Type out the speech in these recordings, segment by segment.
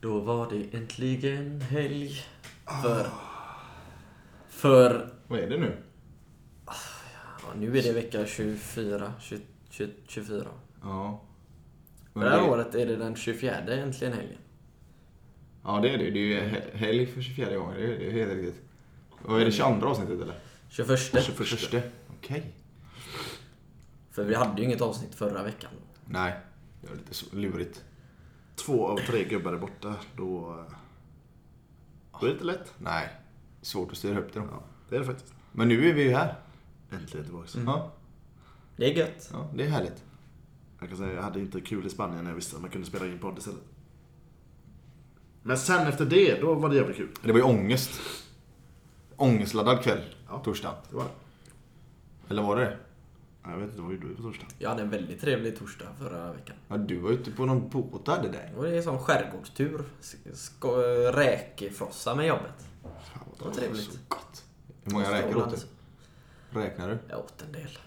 Då var det äntligen helg. Ah. För... För... Vad är det nu? Ja, nu är det vecka 24. 20, 20, 24. Ja. För Men det här det- året är det den 24 äntligen helgen. Ja, det är det. Det är ju he- helg för 24 gånger. Det är, det är helt riktigt. Och är det 22 avsnittet eller? 21. 21. Okej. För vi hade ju inget avsnitt förra veckan. Nej. Det var lite så lurigt. Två av tre gubbar är borta. Då, eh, då är det inte lätt. Nej. Svårt att styra upp det då. Ja, det är det faktiskt. Men nu är vi ju här. Äntligen tillbaka. Ja, Det är gött. ja, det är härligt. Jag kan säga jag hade inte kul i Spanien när jag visste att man kunde spela in podd istället. Men sen efter det, då var det jävligt kul. Det var ju ångest. Ångestladdad kväll. Ja. Torsdag. Det var det. Eller var det det Ja, Jag vet inte, vad gjorde du på torsdag? Jag hade en väldigt trevlig torsdag förra veckan. Ja, du var ute på någon båt och hade dig. Det var en sån skärgårdstur. Sk- sko- Räkefrossa med jobbet. Fan vad Det var dåligt. trevligt. Gott. Hur många räkor åt du? Räknar du? Jag åt en del.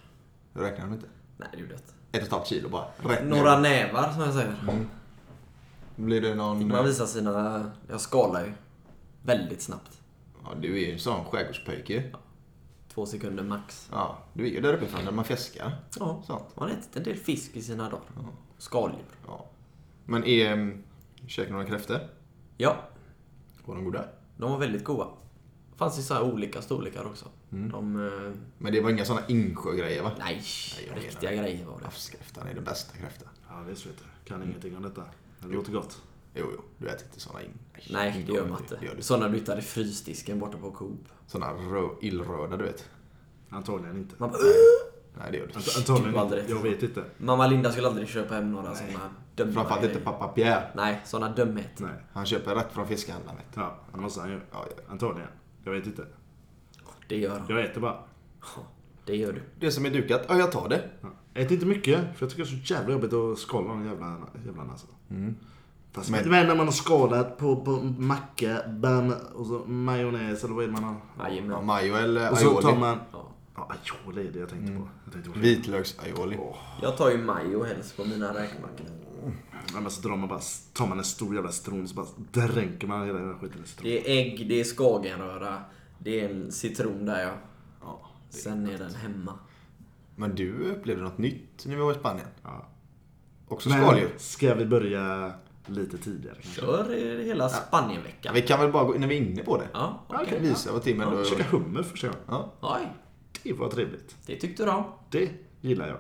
Jag räknar dem inte. Nej, det gjorde jag inte. Ett och ett halvt kilo bara. Rätt ner. Några nävar som jag säger. Mm. Blir det någon... Man visar sina... Jag skalar ju. Väldigt snabbt. Ja, du är ju en sån skärgårdspöjke Två sekunder max. Ja, du är ju där uppifrån där man fiskar. Ja. Sant. Man har ätit en del fisk i sina dagar. Skaldjur. Ja. Men är... mm, Käkar några kräftor? Ja, Var de goda? de var väldigt goda. Fanns i så här olika storlekar också. Mm. De... eh, Men det var inga såna insjögrejer va? Nej, jag riktiga grejer var det. Havskräftan är den bästa kräftan. Ja visst vet jag. Kan ingenting om detta. Men Det låter gott. Jo, jo. Du äter inte såna in... Nej, det gör man Det gör inte. du. Sådana du hittade i frysdisken borta på Coop. Såna rö... illröda du vet. Antagligen inte. Man bara, Nej, det gör du inte. Ant- Antagligen aldrig inte. rätt. Jag vet inte. Mamma Linda skulle aldrig köpa hem några sådana dumma Framförallt inte grejer. pappa Pierre. Nej, sådana dumheter. Nej. Han köper rätt från fiskehandlaren vet du. Ja, det måste han ju. Ja, ja. Antagligen. Jag vet inte. Det gör han. Jag äter bara. Det gör du. Det som är dukat, ja jag tar det. Ja. Ät inte mycket, för jag tycker det är så jävla jobbigt att skala de jävla, jävlarna alltså. Fast Men- men... när man har skalat på, på macka, bam, och så majonnäs eller vad är det man har? Ja, Jajamän. majo eller Och så tar aioli. man... Ja. Ja, aioli är det jag tänkte på. Jag tänkte på Vitlöks-aioli. Jag tar ju majo helst på mina räkmackor. Ja, men så drar man bara, tar man en stor jävla citron så bara dränker man hela den här skiten i citron. Det är ägg, det är skagenröra, det är en citron där ja. Ja. Sen är den hemma. Men du upplevde något nytt när vi var i Spanien? Ja. Också skaldjur? Men ska vi börja lite tidigare kanske? Kör i hela Ja, Spanienveckan. vi kan väl bara gå, när vi är inne på det. Ja, Ja, okej. kan visa vad timmen Ja, då käka hummer första gången. ja. Oj, Det var trevligt. det tyckte du om. Det gillar jag.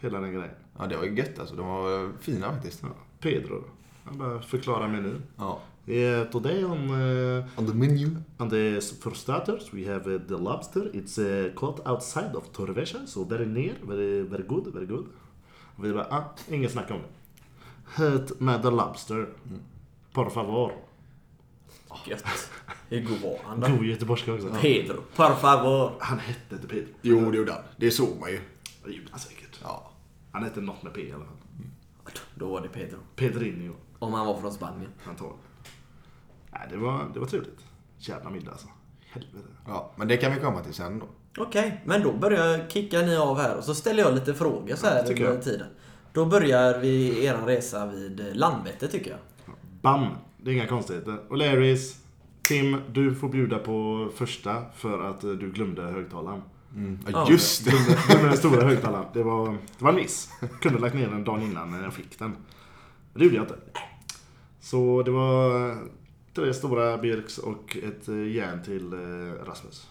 Hela den grejen. ja, det var ju gött alltså. De var fina faktiskt. Ja, Pedro, han bara förklarar menyn. Ja. Yeah, today on uh, On the menu. on the for starters we have uh, the lobster. It's uh, caught outside of Torrevieja, so very near, very very good, very good. Vi bara, ah, inget snack om det. Hit med the lobster. Por favor. Gött. Hur god var han då? God göteborgska också. Pedro, por favor. Han hette inte Pedro. Jo, det gjorde han. Det såg man ju. Det gjorde han säkert. Ja. Han hette något med P i alla fall. Då var det Pedro. Pedrinho, Om han var från Spanien. antagligen. Nej, det var, det var trevligt. Jävla middag alltså. Helvete. ja. Men det kan vi komma till sen då. Okej, men då börjar kicka ni av här och så ställer jag lite frågor så här tycker under jag. tiden. Då börjar vi er resa vid eh, Landvetter tycker jag. Bam! Det är inga konstigheter. Och Larrys, Tim, du får bjuda på första för att eh, du glömde högtalaren. Mm. Ja, just det. Glömde, glömde den stora högtalaren. Det var, det var en miss. Kunde lagt ner den dagen innan när jag fick den. Men det gjorde jag inte. Så det var eh, tre stora Birks och ett eh, järn till eh, Rasmus.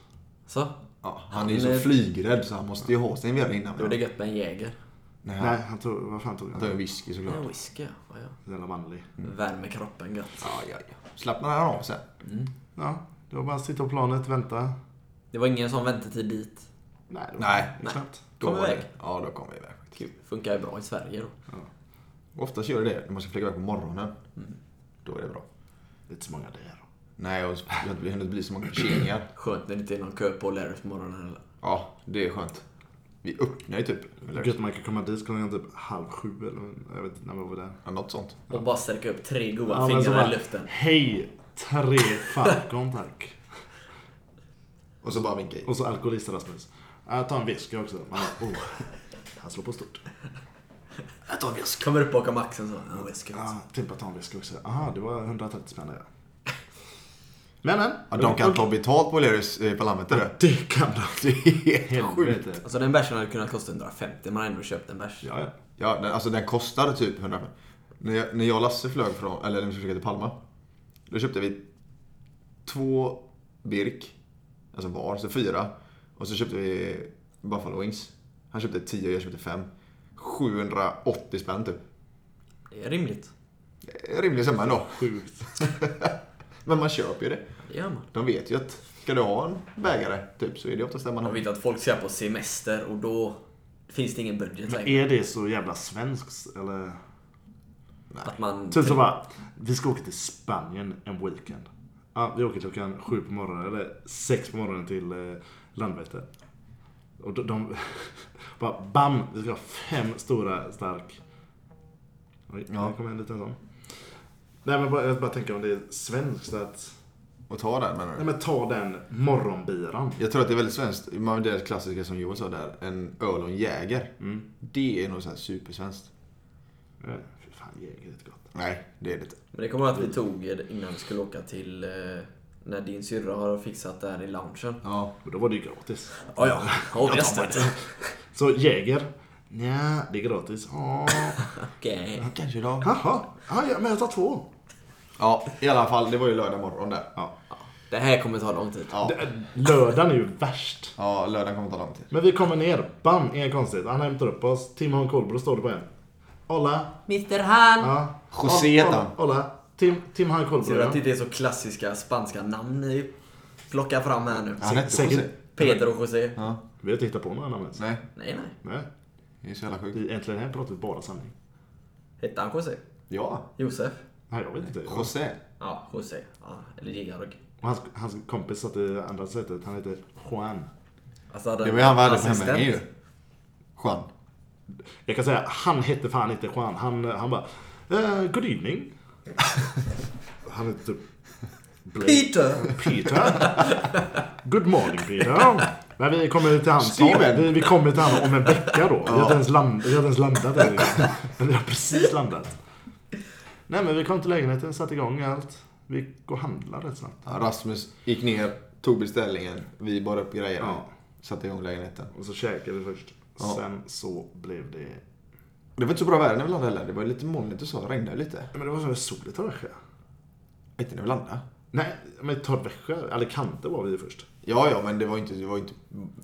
Så, Ja, han är ju så flygrädd så han måste ju ha sin värld innan. då är det gött med en Jäger. Nej, Nej, han han tog, vad fan tog han? tar ju whisky såklart. En whisky ja. ja. ja. Jävla manlig. Värmer kroppen gött. Mm. Ja, ja, ja. Slappnar han av sen? Ja, det var bara att sitta på planet, vänta. Det var ingen som väntetid dit. Nej, det var Nej. knappt. Då Kom var iväg. det- Ja, då kommer vi iväg. faktiskt. Kul. Funkar ju bra i Sverige då. Ofta gör det det när man ska flyga iväg på morgonen. Mm. Då är det bra. Det är inte så många där. Nej, och det har inte hunnit bli så många förseningar. Skönt när det inte är någon kö på Larrys på morgonen heller. Ja, det är skönt. Vi öppnar ju typ. Gött att man kan komma dit klockan typ halv sju eller jag vet inte när vi var där. Ja, något sånt. Och bara sträcka upp tre goda Ja, men så fingrar bara, i luften. Hej, tre Falcon tack. Och så bara vinka i. Och så alkoholist Rasmus. Jag tar en whisky också. Man bara, oh, han slår på stort. Jag tar en väska. Kommer upp bakom axeln så. En väska. Ja, typ att ta en väska också. Aha, det var 130 spänn där. Men men. Ja, de kan ta betalt på Lerus eh, Parlamentet du. Det kan de. Det är helt sjukt. Helvete. Alltså den bärsen hade kunnat kosta 150. Man har ändå köpt en bärs. Ja, ja. Ja, den, alltså den kostade typ 100 spänn. När jag, när jag och Lasse flög från, eller när vi skulle flyga till Palma. Då köpte vi två Birk. Alltså var, så fyra. Och så köpte vi Buffalo Wings. Han köpte tio och jag köpte fem. 780 spänn typ. Det är rimligt. Det är en Rimlig summa ändå. Sjukt. Men man köper ju det. Det gör man. De vet ju att ska du ha en bägare typ så är det oftast den man Man har. vill att folk ska på semester och då finns det ingen budget Men längre. är det så jävla svenskt eller? Att man... Typ så bara, vi ska åka till Spanien en weekend. Ja, vi åker klockan sju på morgonen, eller sex på morgonen till eh, Landvetter. Och de, de bara bam, vi ska ha fem stora stark. Oj, Ja. ja. kom en liten sån. Nej men bara, jag bara tänker om det är svenskt att, Och ta den menar du? nej men ta den morgonbiran. Jag tror att det är väldigt svenskt. Man, det klassiska som Joel sa där. En öl och en jäger. Mm. Det är nog så här supersvenskt. Eh, Fy fan, jäger är gott. Nej, det är det inte. Men det kommer att vi tog innan vi skulle åka till... eh, När din syrra har fixat det här i loungen. Ja. Och då var det ju gratis. Ja, ja. Och resten. Så jäger, nja, det är gratis. Ja, Okej. Kanske idag. jaha, ja, ja, men jag tar två. Ja, i alla fall. Det var ju lördag morgon där. Ja. Det här kommer ta lång tid. Ja, Det- Lördagen är ju värst. ja lördagen kommer ta lång tid. Men vi kommer ner, bam, inga konstigt. Han hämtar upp oss, Tim har en kolbror står det på en. Olla. Mr Han! Ja. José heter han. Olla. Tim, Tim har en Ser du kolbror. att det inte är så klassiska spanska namn ni plockar fram här nu? Han hette säkert- José. Pedro och José. Ja. Vi har inte hittat på någon annan ens. Nej, Nej, nej. Nej. det är så jävla sjukt. Vi- Äntligen här pratar vi bara sanning. Hette han José? Ja. Josef? Nej, jag vet inte. José. Ja, José. Ja, eller Georg. Och hans, hans kompis satt i andra sätet. Han heter Juan. Alltså, hade Det en var ju han vi hade på assistent. hemvägen ju. Juan. Jag kan säga, han hette fan inte Juan. Han, han bara, eh, good evening. han heter typ Blake. Peter! Peter. Good morning Peter. Men vi kommer till hans Steven. vi, vi kommer till han om en vecka då. Vi har inte ens, land, vi har inte ens landat än. Men vi har precis landat. Nej men vi kom till lägenheten, satte igång allt. Vi gick och handlade rätt snabbt. Ja, Rasmus gick ner, tog beställningen. Vi bar upp grejerna. Ja. Satte igång lägenheten. Och så käkade vi först. Ja. Sen så blev det... Det var inte så bra väder när vi landade heller. Det var lite molnigt och så. Det regnade lite. Men det var så soligt i Växjö. Inte när vi landade. Nej, men Torrväxjö, Alicante var vi först. Ja, ja, men det var inte... Det var inte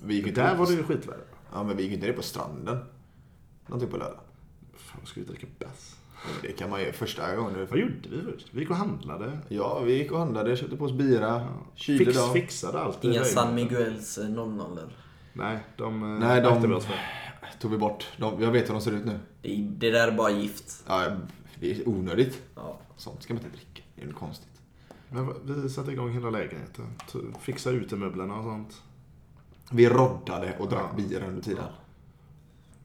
vi gick inte Där ut- var det ju skitväder. Ja, men vi gick inte ner på stranden. Någonting på lördag. Fan, vad ska vi dricka bärs? Ja, men Det kan man ju första gången. Vad gjorde vi först? Vi gick och handlade. Ja, vi gick och handlade, köpte på oss bira, kylde Fix, dem. fixade allt. i Inga lägenheten. San Miguels eh, 00 Nej, de... eh, Nej, aktar vi de oss för. tog vi bort. De, jag vet hur de ser ut nu. det, det där är bara gift. Ja, det är onödigt. Ja. Sånt ska man inte dricka. Det är ju konstigt. Men vi satte igång hela lägenheten. T- Fixade utemöblerna och sånt. Vi roddade och drack Ja. bira under tiden.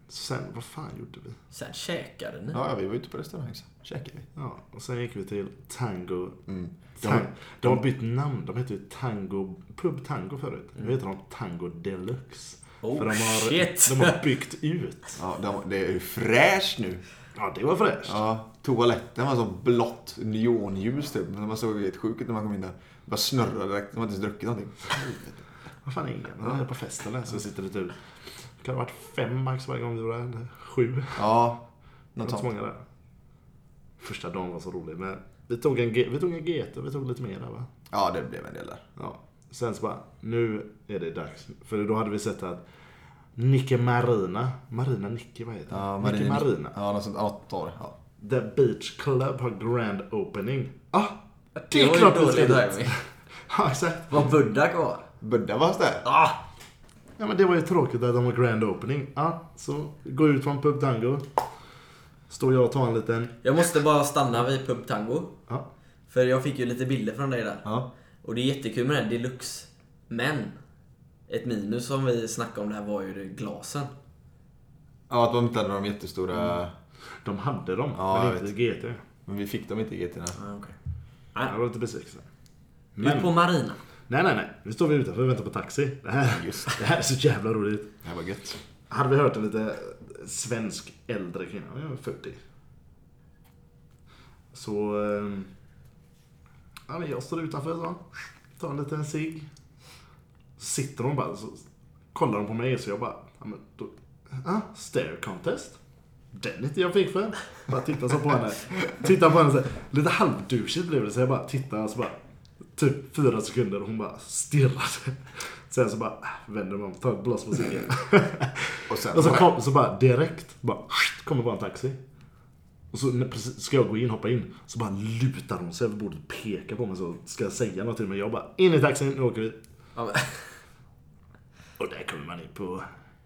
Sen, vad fan gjorde vi? Sen käkade ni. Ja, ja, vi var ute på restaurang sen. Käkade vi. Ja, och sen gick vi till Tango... Mm. Tang- de har bytt namn. De heter ju Tango... Pub Tango förut. Nu heter de Tango Deluxe. Oh, För de har, shit. de har byggt ut. Ja, de, det är ju fräscht nu. Ja, det var fräscht. Ja, toaletten var så blått neonljus typ. Men Man såg helt sjuk ut när man kom in där. Bara snurrade direkt. De hade inte ens druckit någonting. Vad fan, ingen. De är på fest eller? Så sitter det typ... Det kan ha varit fem max varje gång vi var där. eller Sju. Ja, Det var något inte så sånt. många där. Första dagen var så rolig. Men vi tog en, G- vi tog en GT, vi tog lite mer där va? Ja, det blev en del där. Ja. Sen så bara, nu är det dags. För då hade vi sett att Nicke Marina, Marina Nicke, vad heter Ja, han? Nicke Marina. Ja, något sånt. Något år. Ja. The Beach Club har grand opening. Ah, Det var ju dålig dit. timing. Ja, exakt. Var Buddha kvar? Budda var där. Ah! Ja, men det var ju tråkigt att de har grand opening. Ja, så gå ut från Pub Tango. Står jag och tar en liten... Jag måste bara stanna vid Pub Tango. Ja, För jag fick ju lite bilder från dig där. Ja. Och det är jättekul med den deluxe. Men! Ett minus som vi snackade om där var ju det glasen. ja, att de inte hade de jättestora... de hade dem, Ja, jag men inte GT. Men vi fick dem inte i GT. Ah, okay. Jag var lite besviken. Ut på Marina. Nej, nej, nej. Nu står vi utanför och väntar på taxi. Det här, Just det här är så jävla roligt. Det här var gött. Hade vi hört en lite svensk äldre kvinna, hon är 40. Så... eh, Ja, men jag står utanför så. Tar en liten cigg. Sitter hon bara så kollar hon på mig så jag bara... Ja, men då, ah, stare contest. Den är inte jag fick för. Bara tittar så på henne. Tittar på henne så här, Lite halvdusigt blev det så jag bara tittar och så bara... Typ fyra sekunder och hon bara stirrade. Sen så bara ah, vänder man om tar ett blås på ciggen. Och sen Och så, så här- kom, så bara direkt, bara, kommer bara en taxi. Och så när precis, ska jag gå in, hoppa in, så bara lutar hon sig över bordet och pekar på mig så ska jag säga något till mig. Jag bara, in i taxin, nu åker vi. Ja, men, Och där kommer man in på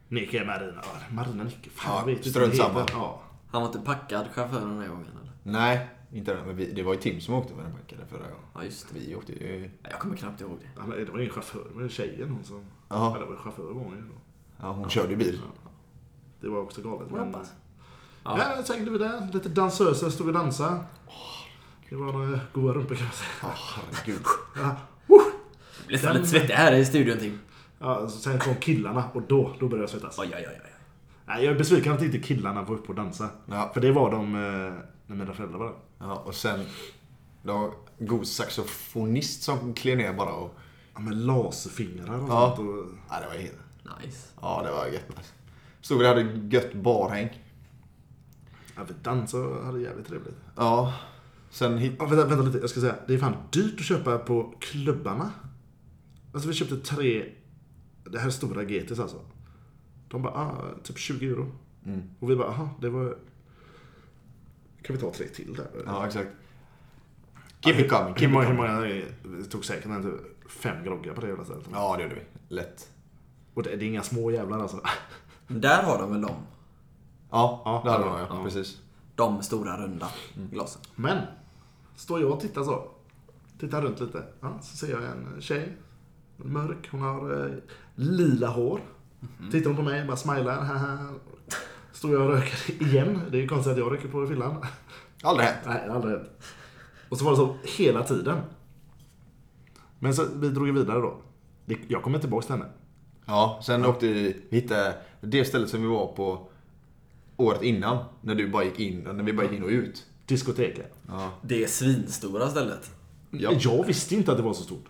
Nike Marina. Ja, Marina Nike, fan Ja, jag vet inte strunt vad det heter. samma. Ja. han var inte packad chauffören den här gången eller? Nej, inte den. Men vi, det var ju Tim som åkte med den packade förra gången. Ja, just det. Vi åkte ju... Nej, Jag kommer knappt ihåg det. Ja, men det var ingen chaufför, det var tjejen hon som... Ja. Eller var det chaufför var hon ju då. Ja, hon körde ju bil. Det var också galet. Men... Hoppas. Ja. Ja. sen hängde vi där. Lite dansöser stod och dansade. Det var några goa rumpor kan man säga. Ja, herregud. Ja. Jag blir nästan lite svettig här i studion Tim. Ja, så sen kom killarna och då, då började jag svettas. Oj, oj, oj. oj. Nej, jag är besviken att inte killarna var uppe och dansa. Ja. För det var de eh, när mina föräldrar var där. Ja, och sen... Det var en god saxofonist som klev ner bara och... Ja, med laserfingrar och Ja. sånt. Och... Ja, det var helt... Nice. Ja, det var gött. alltså. Stod vi och hade gött barhäng. Ja, vi dansade och hade jävligt trevligt. Ja. Sen hit... Ja, vänta, vänta lite, jag ska säga. Det är fan dyrt att köpa på klubbarna. Alltså vi köpte tre, det här är stora GTs alltså. De bara, ah, typ 20 euro. Och vi bara, aha, det var... Kan vi ta tre till där? Ja, exakt. Keep it coming, Hur keep många, it hur coming. många, vi tog säkert en typ fem groggar på det jävla stället. Ja, det gjorde vi. Lätt. Och det, det är inga små jävlar alltså. Men Där har de väl de, Ja, Ja, det hade ja, man ja. ja. Precis. de stora runda Mm. glasen. Men, står jag och tittar så. Tittar runt lite. Ja, så ser jag en tjej. Mörk, hon har eh, lila hår. Tittar hon på mig, bara smilar. haha. Står jag och röker igen. Det är ju konstigt att jag röker på fyllan. Aldrig hänt. Nej, det har aldrig hänt. Och så var det så hela tiden. Men så, vi drog ju vidare då. Det, jag kommer tillbaka till henne. Ja, sen åkte vi, vi hittade det stället som vi var på året innan. När du bara gick in, när vi bara gick in och ut. Diskoteket. Ja. Det är svinstora stället. Ja. Jag visste inte att det var så stort.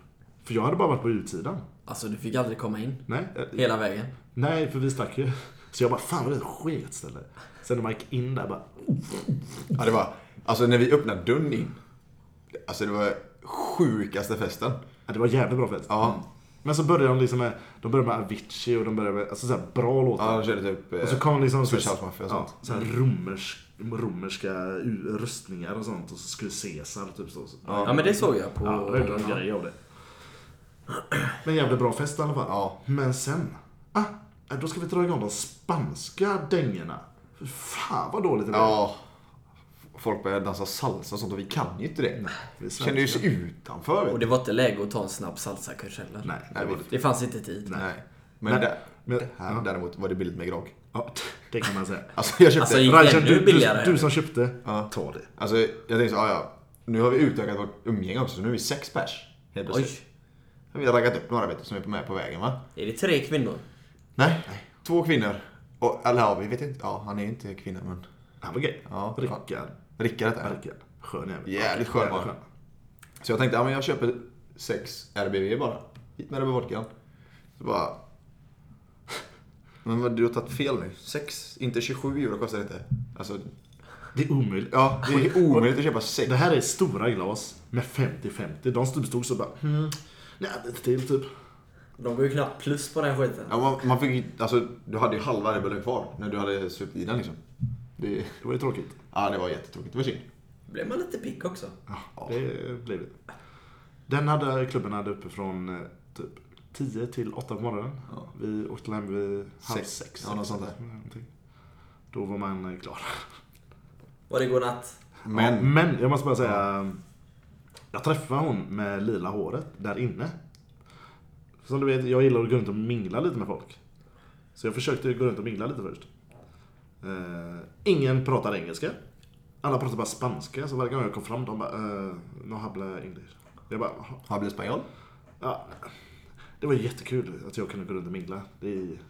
För jag hade bara varit på utsidan. Alltså du fick aldrig komma in. Nej, eh, Hela vägen. Nej, för vi stack ju. Så jag bara, fan vad det är ett sket ställe. Sen när man gick in där bara, Ja, det var... Alltså när vi öppnade dörren in. Alltså det var sjukaste festen. Mm. ja, det var jävligt bra fest. Ja. Men så började de liksom med, de började med Avicii och de började med, alltså såhär bra Ja, låtar. de körde typ... eh, och så kom liksom Swedish House Mafia och sånt. Mm. Ja, såhär romers, romerska u- rustningar och sånt. Och så skulle Caesar typ stå. Så. Ja, Ja men det såg jag på... ja det var en grej av det. Men jävligt bra fest i alla fall. Ja. Men sen, ah, då ska vi dra igång de spanska dängorna. Fy Fan vad dåligt det blev. Ja. Folk började dansa salsa och sånt och vi kan ju inte det. vi är svenskar. Kände ju sig utanför. Vet. Och du. det var inte läge att ta en snabb salsakurs heller. Nej, det Nej, var vi- det Det fanns inte tid. Nej. Men, Nej. Där, Men- här ja. däremot var det billigt med grogg. Ja, det kan man säga. Alltså jag köpte... Alltså, Alltså, i- Rajan, ännu du, du, billigare. du som köpte, Ja. ta det. jag tänkte så, ja, ja. Nu har vi utökat vårt umgänge också så nu är vi sex pers. Helt Oj. plötsligt. Vi har raggat upp några vet du, som är med på vägen va? Är det tre kvinnor? Nej. Två kvinnor. Och, eller ja, vi vet inte. Ja, han är ju inte kvinna men... Han var gay. Ja, Rickard. Rickard heter han. Rickard. Skön jävel. Jävligt skön man. Så jag tänkte, ja men jag köper sex RBV bara. Hit med det med vodkan. Så bara... Men vad, du har tagit fel nu. Sex, inte 27 euro kostar det inte. Alltså, Det är omöjligt. ja, det är omöjligt att köpa sex. Det här är stora glas med 50-50. De stod, stod så bara, hmm, nej, lite till typ. De går ju knappt plus på den här skiten. Ja, man, man fick ju, alltså, du hade ju halva rebellen kvar när du hade supit i den liksom. Det, Det var ju tråkigt. ja, det var jättetråkigt. Det var synd. Blev man lite pick också? Ja. Det blev det. Den hade klubben hade uppe från eh, typ 10 till 8 på morgonen. Ja. Vi åkte hem vid halv Sex. 6. Ja, något sånt där. Då var man eh, klar. Var det godnatt? Men, Ja, men jag måste bara säga. Jag träffade hon med lila håret där inne. Som du vet, jag gillar att gå runt och mingla lite med folk. Så jag försökte gå runt och mingla lite först. Eh, ingen pratar engelska. Alla pratar bara spanska, så varje gång jag kom fram de bara uh, “No habla english”. Jag bara, "Jaha." har blivit spanjol? ja. Det var jättekul att jag kunde gå runt och mingla. Det är...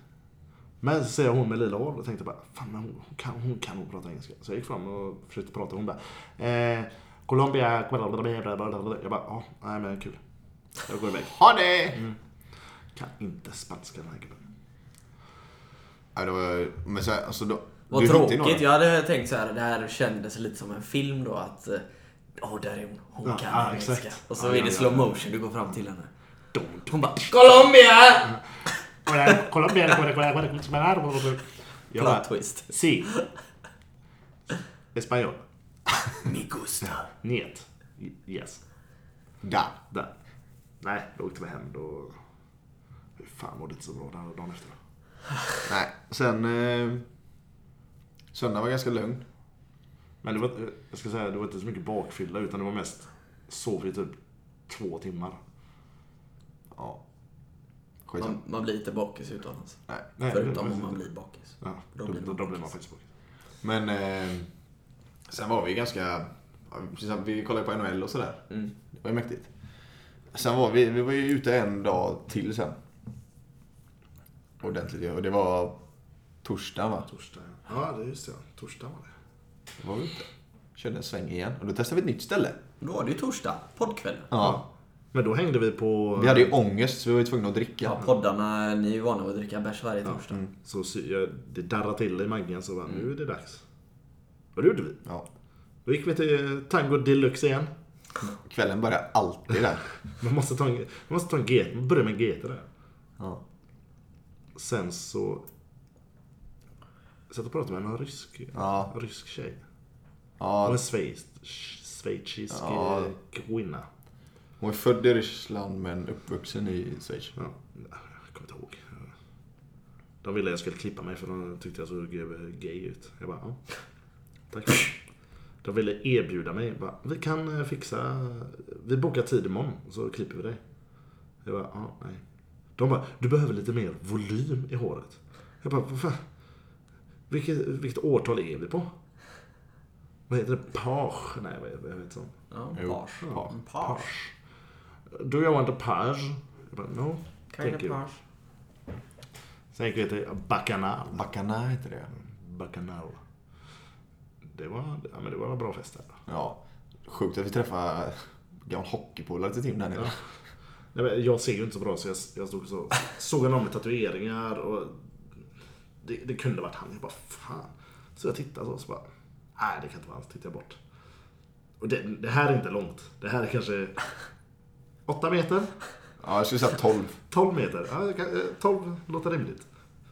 Men så ser jag hon med lila hår och tänkte bara, fan men hon, hon, kan, hon kan nog prata engelska. Så jag gick fram och försökte prata. Hon bara, eh, Colombia, blablabla. Jag bara, ja, nej men kul. Jag går iväg. Ha det! Mm. Kan inte spanska den här gubben. Ja, det var, men så här, alltså då, Vad du hittar ju några. tråkigt. Jag hade tänkt så här, det här kändes lite som en film då att... eh, Åh, där är hon. Hon Ja, kan ja, engelska. exakt. Och så Ja, är ja, det ja. slow motion, du går fram till henne. Dum. Hon bara Colombia! Mm, Kolla, Colombia, kolla, kolla, kolla, kolla, kolla, kolla. Jag bara, Plot twist. si. Espanol. Mi gusta. Niet. Y- Yes. Där. Där. Nej, då åkte vi hem. Då... Hur fan mådde inte så bra där dagen efter. Nej, sen... Eh, söndagen var ganska lugn. Men det var, eh, jag ska säga, det var inte så mycket bakfylla utan det var mest sov i typ två timmar. Ja. Skit Man, man blir inte bakis utomlands. Nej. Nej, det Förutom var- om man blir bakis. Ja, Då då, då, blir då, man blir man bakis. faktiskt bakis. Men... Eh, sen var vi ganska... ja, precis som- Vi kollade på NHL och sådär. Mm. Det var ju mäktigt. Sen var vi, vi var ju ute en dag till sen. Ordentligt ju. Och det var torsdag va? Torsdag, ja. Ja, det är just det. Torsdag var det. Då var vi ute. Körde en sväng igen. Och då testade vi ett nytt ställe. Då var det ju torsdag, poddkvällen. Ja. Men då hängde vi på... Vi hade ju ångest så vi var ju tvungna att dricka. Mm. Ja, poddarna, ni är ju vana att dricka bärs varje torsdag. Så sy- jag, det darrade till i magen så bara, nu är det dags. Och det gjorde vi. Ja. Då gick vi till eh, Tango Deluxe igen. Kvällen börjar alltid där. Man måste ta en, man måste ta en GT, man börjar med en GT där. Ja. Sen så... Jag satt och pratade med en rysk, Ja. rysk tjej. Och ja. en schweiz, schweizisk Ja. eh, kvinna. Hon är född i Ryssland men uppvuxen i Schweiz. Ja, jag kommer inte ihåg. De ville att jag skulle klippa mig för de tyckte jag såg gay ut. Jag bara, ja. Tack. De ville erbjuda mig. Bara, vi kan eh, fixa, vi bokar tid imorgon så klipper vi dig. Jag bara, ja, nej. De bara, du behöver lite mer volym i håret. Jag bara, vad fan? Vilket, vilket årtal är vi på? Vad heter det? Page? Nej, vad heter det? Sånt. Ja, Jo. pars. Ja. En pars. Do you want a page? Jag bara, no. Kind thank of you. pars. Sen gick vi till Bacchanal. Bacana heter det. Bacchanal. Det var, ja, men det var en bra fest där. Ja. Sjukt att vi träffade gammal hockeypolare till Tim där nere. Nej, men jag ser ju inte så bra så jag, jag stod så, såg honom med tatueringar och det, det kunde varit han. Jag bara fan. Så jag tittade så, så bara, nej det kan inte vara han. Så tittade jag bort. Och det, det här är inte långt. Det här är kanske 8 meter, Ja, jag skulle säga 12. 12 meter. Ja, jag kan, eh, 12 låter rimligt.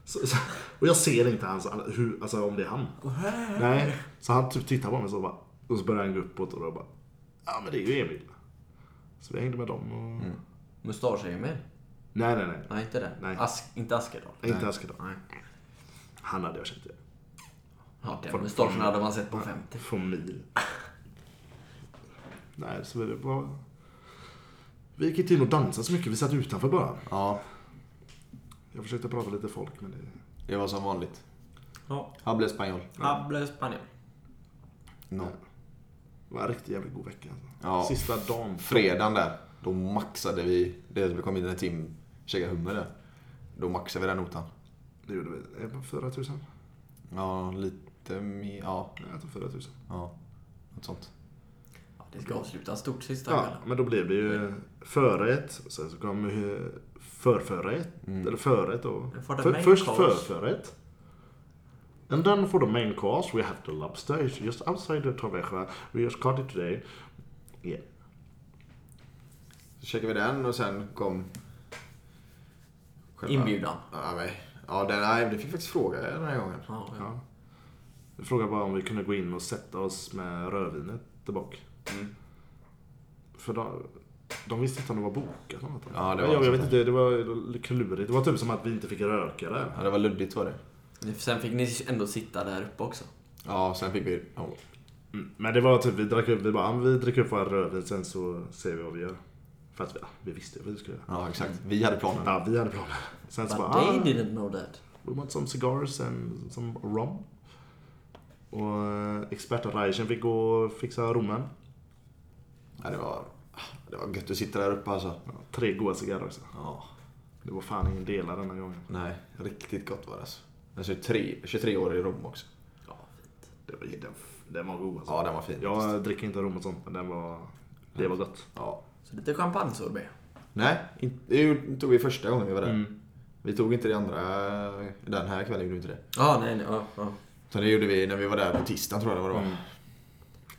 Så, så, och jag ser inte hans, hur, alltså om det är han. Nej, så han typ tittar på mig så bara, och så börjar han gå uppåt och då bara, ja men det är ju Emil. Så vi hängde med dem och... Mustasch är ju med. Nej, nej, nej. Nej, inte det. Nej. Ask, inte Askedal. Inte Askedal. Han hade jag känt igen. Ja, den mustaschen hade man sett på 50. Från mil. nej, så vi var... Vi gick inte in och dansade så mycket, vi satt utanför bara. Ja, Jag försökte prata lite folk men det... det var som vanligt. Ja. Han blev spanjol. Habla spanjol. No. Det var en riktigt jävligt god vecka. Alltså. Ja. Sista dagen. Fredagen där, då maxade vi. Det vi kom in när Tim käkade hummer där. Då maxade vi den notan. Det gjorde vi. Eh, 4000? Ja, lite mer. Ja, Nej, jag tror 4000. ja. Något sånt. Ja, det ska avslutas stort sista Ja, kvällen. men då blev det ju förrätt, sen så kom eh, förförrätt, Mm. eller förrätt då. Men for the För, main först course. förförrätt. And then for the main course we have the lobster, it's just outside the Torrevieja, we just caught it today. Yeah. Så käkade vi den och sen kom... själva- Inbjudan. Ja, men, ja den, nej, det fick faktiskt fråga den här gången. Ja, ja. Ja. Jag frågade bara om vi kunde gå in och sätta oss med rödvinet där bak. Mm. För de, de visste inte om det var bokat eller något. Ja, det var Men jag, jag vet sånt inte, det var klurigt. Det var typ som att vi inte fick röka där. Ja, det var luddigt var det. Ni- Sen fick ni ändå sitta där uppe också. Ja, sen fick vi... ja. Mm, Men det var typ, vi drack upp, vi bara, "Ja, men vi dricker upp våra rödvin sen så ser vi vad vi gör. För att vi, ja, vi visste ju vad vi skulle göra. Ja, exakt. Vi hade planen. Ja, vi hade planer. Sen så But bara, they ah, didn't know that. we want some cigars and some rum. Och eh, experten Reichen fick gå och fixa rummen. Ja, det var... Det var gött att sitta där uppe alltså. Ja, tre goda cigarrer också. Ja. Det var fan ingen delare den här gången. Nej, riktigt gott var det alltså. Alltså 23, 23 år i Rom också. Ja, fint. Det var, den, den var god alltså. Ja, den var fin. Jag dricker inte rom och sånt, men den var, det var gott. Ja. Så lite champagnesorbet. Nej, in- det tog vi första gången vi var där. Mm. Vi tog inte det andra, den här kvällen gjorde vi inte det. Ja, nej, nej. Ja, ja. Utan det gjorde vi när vi var där på tisdagen tror jag det var. Mm.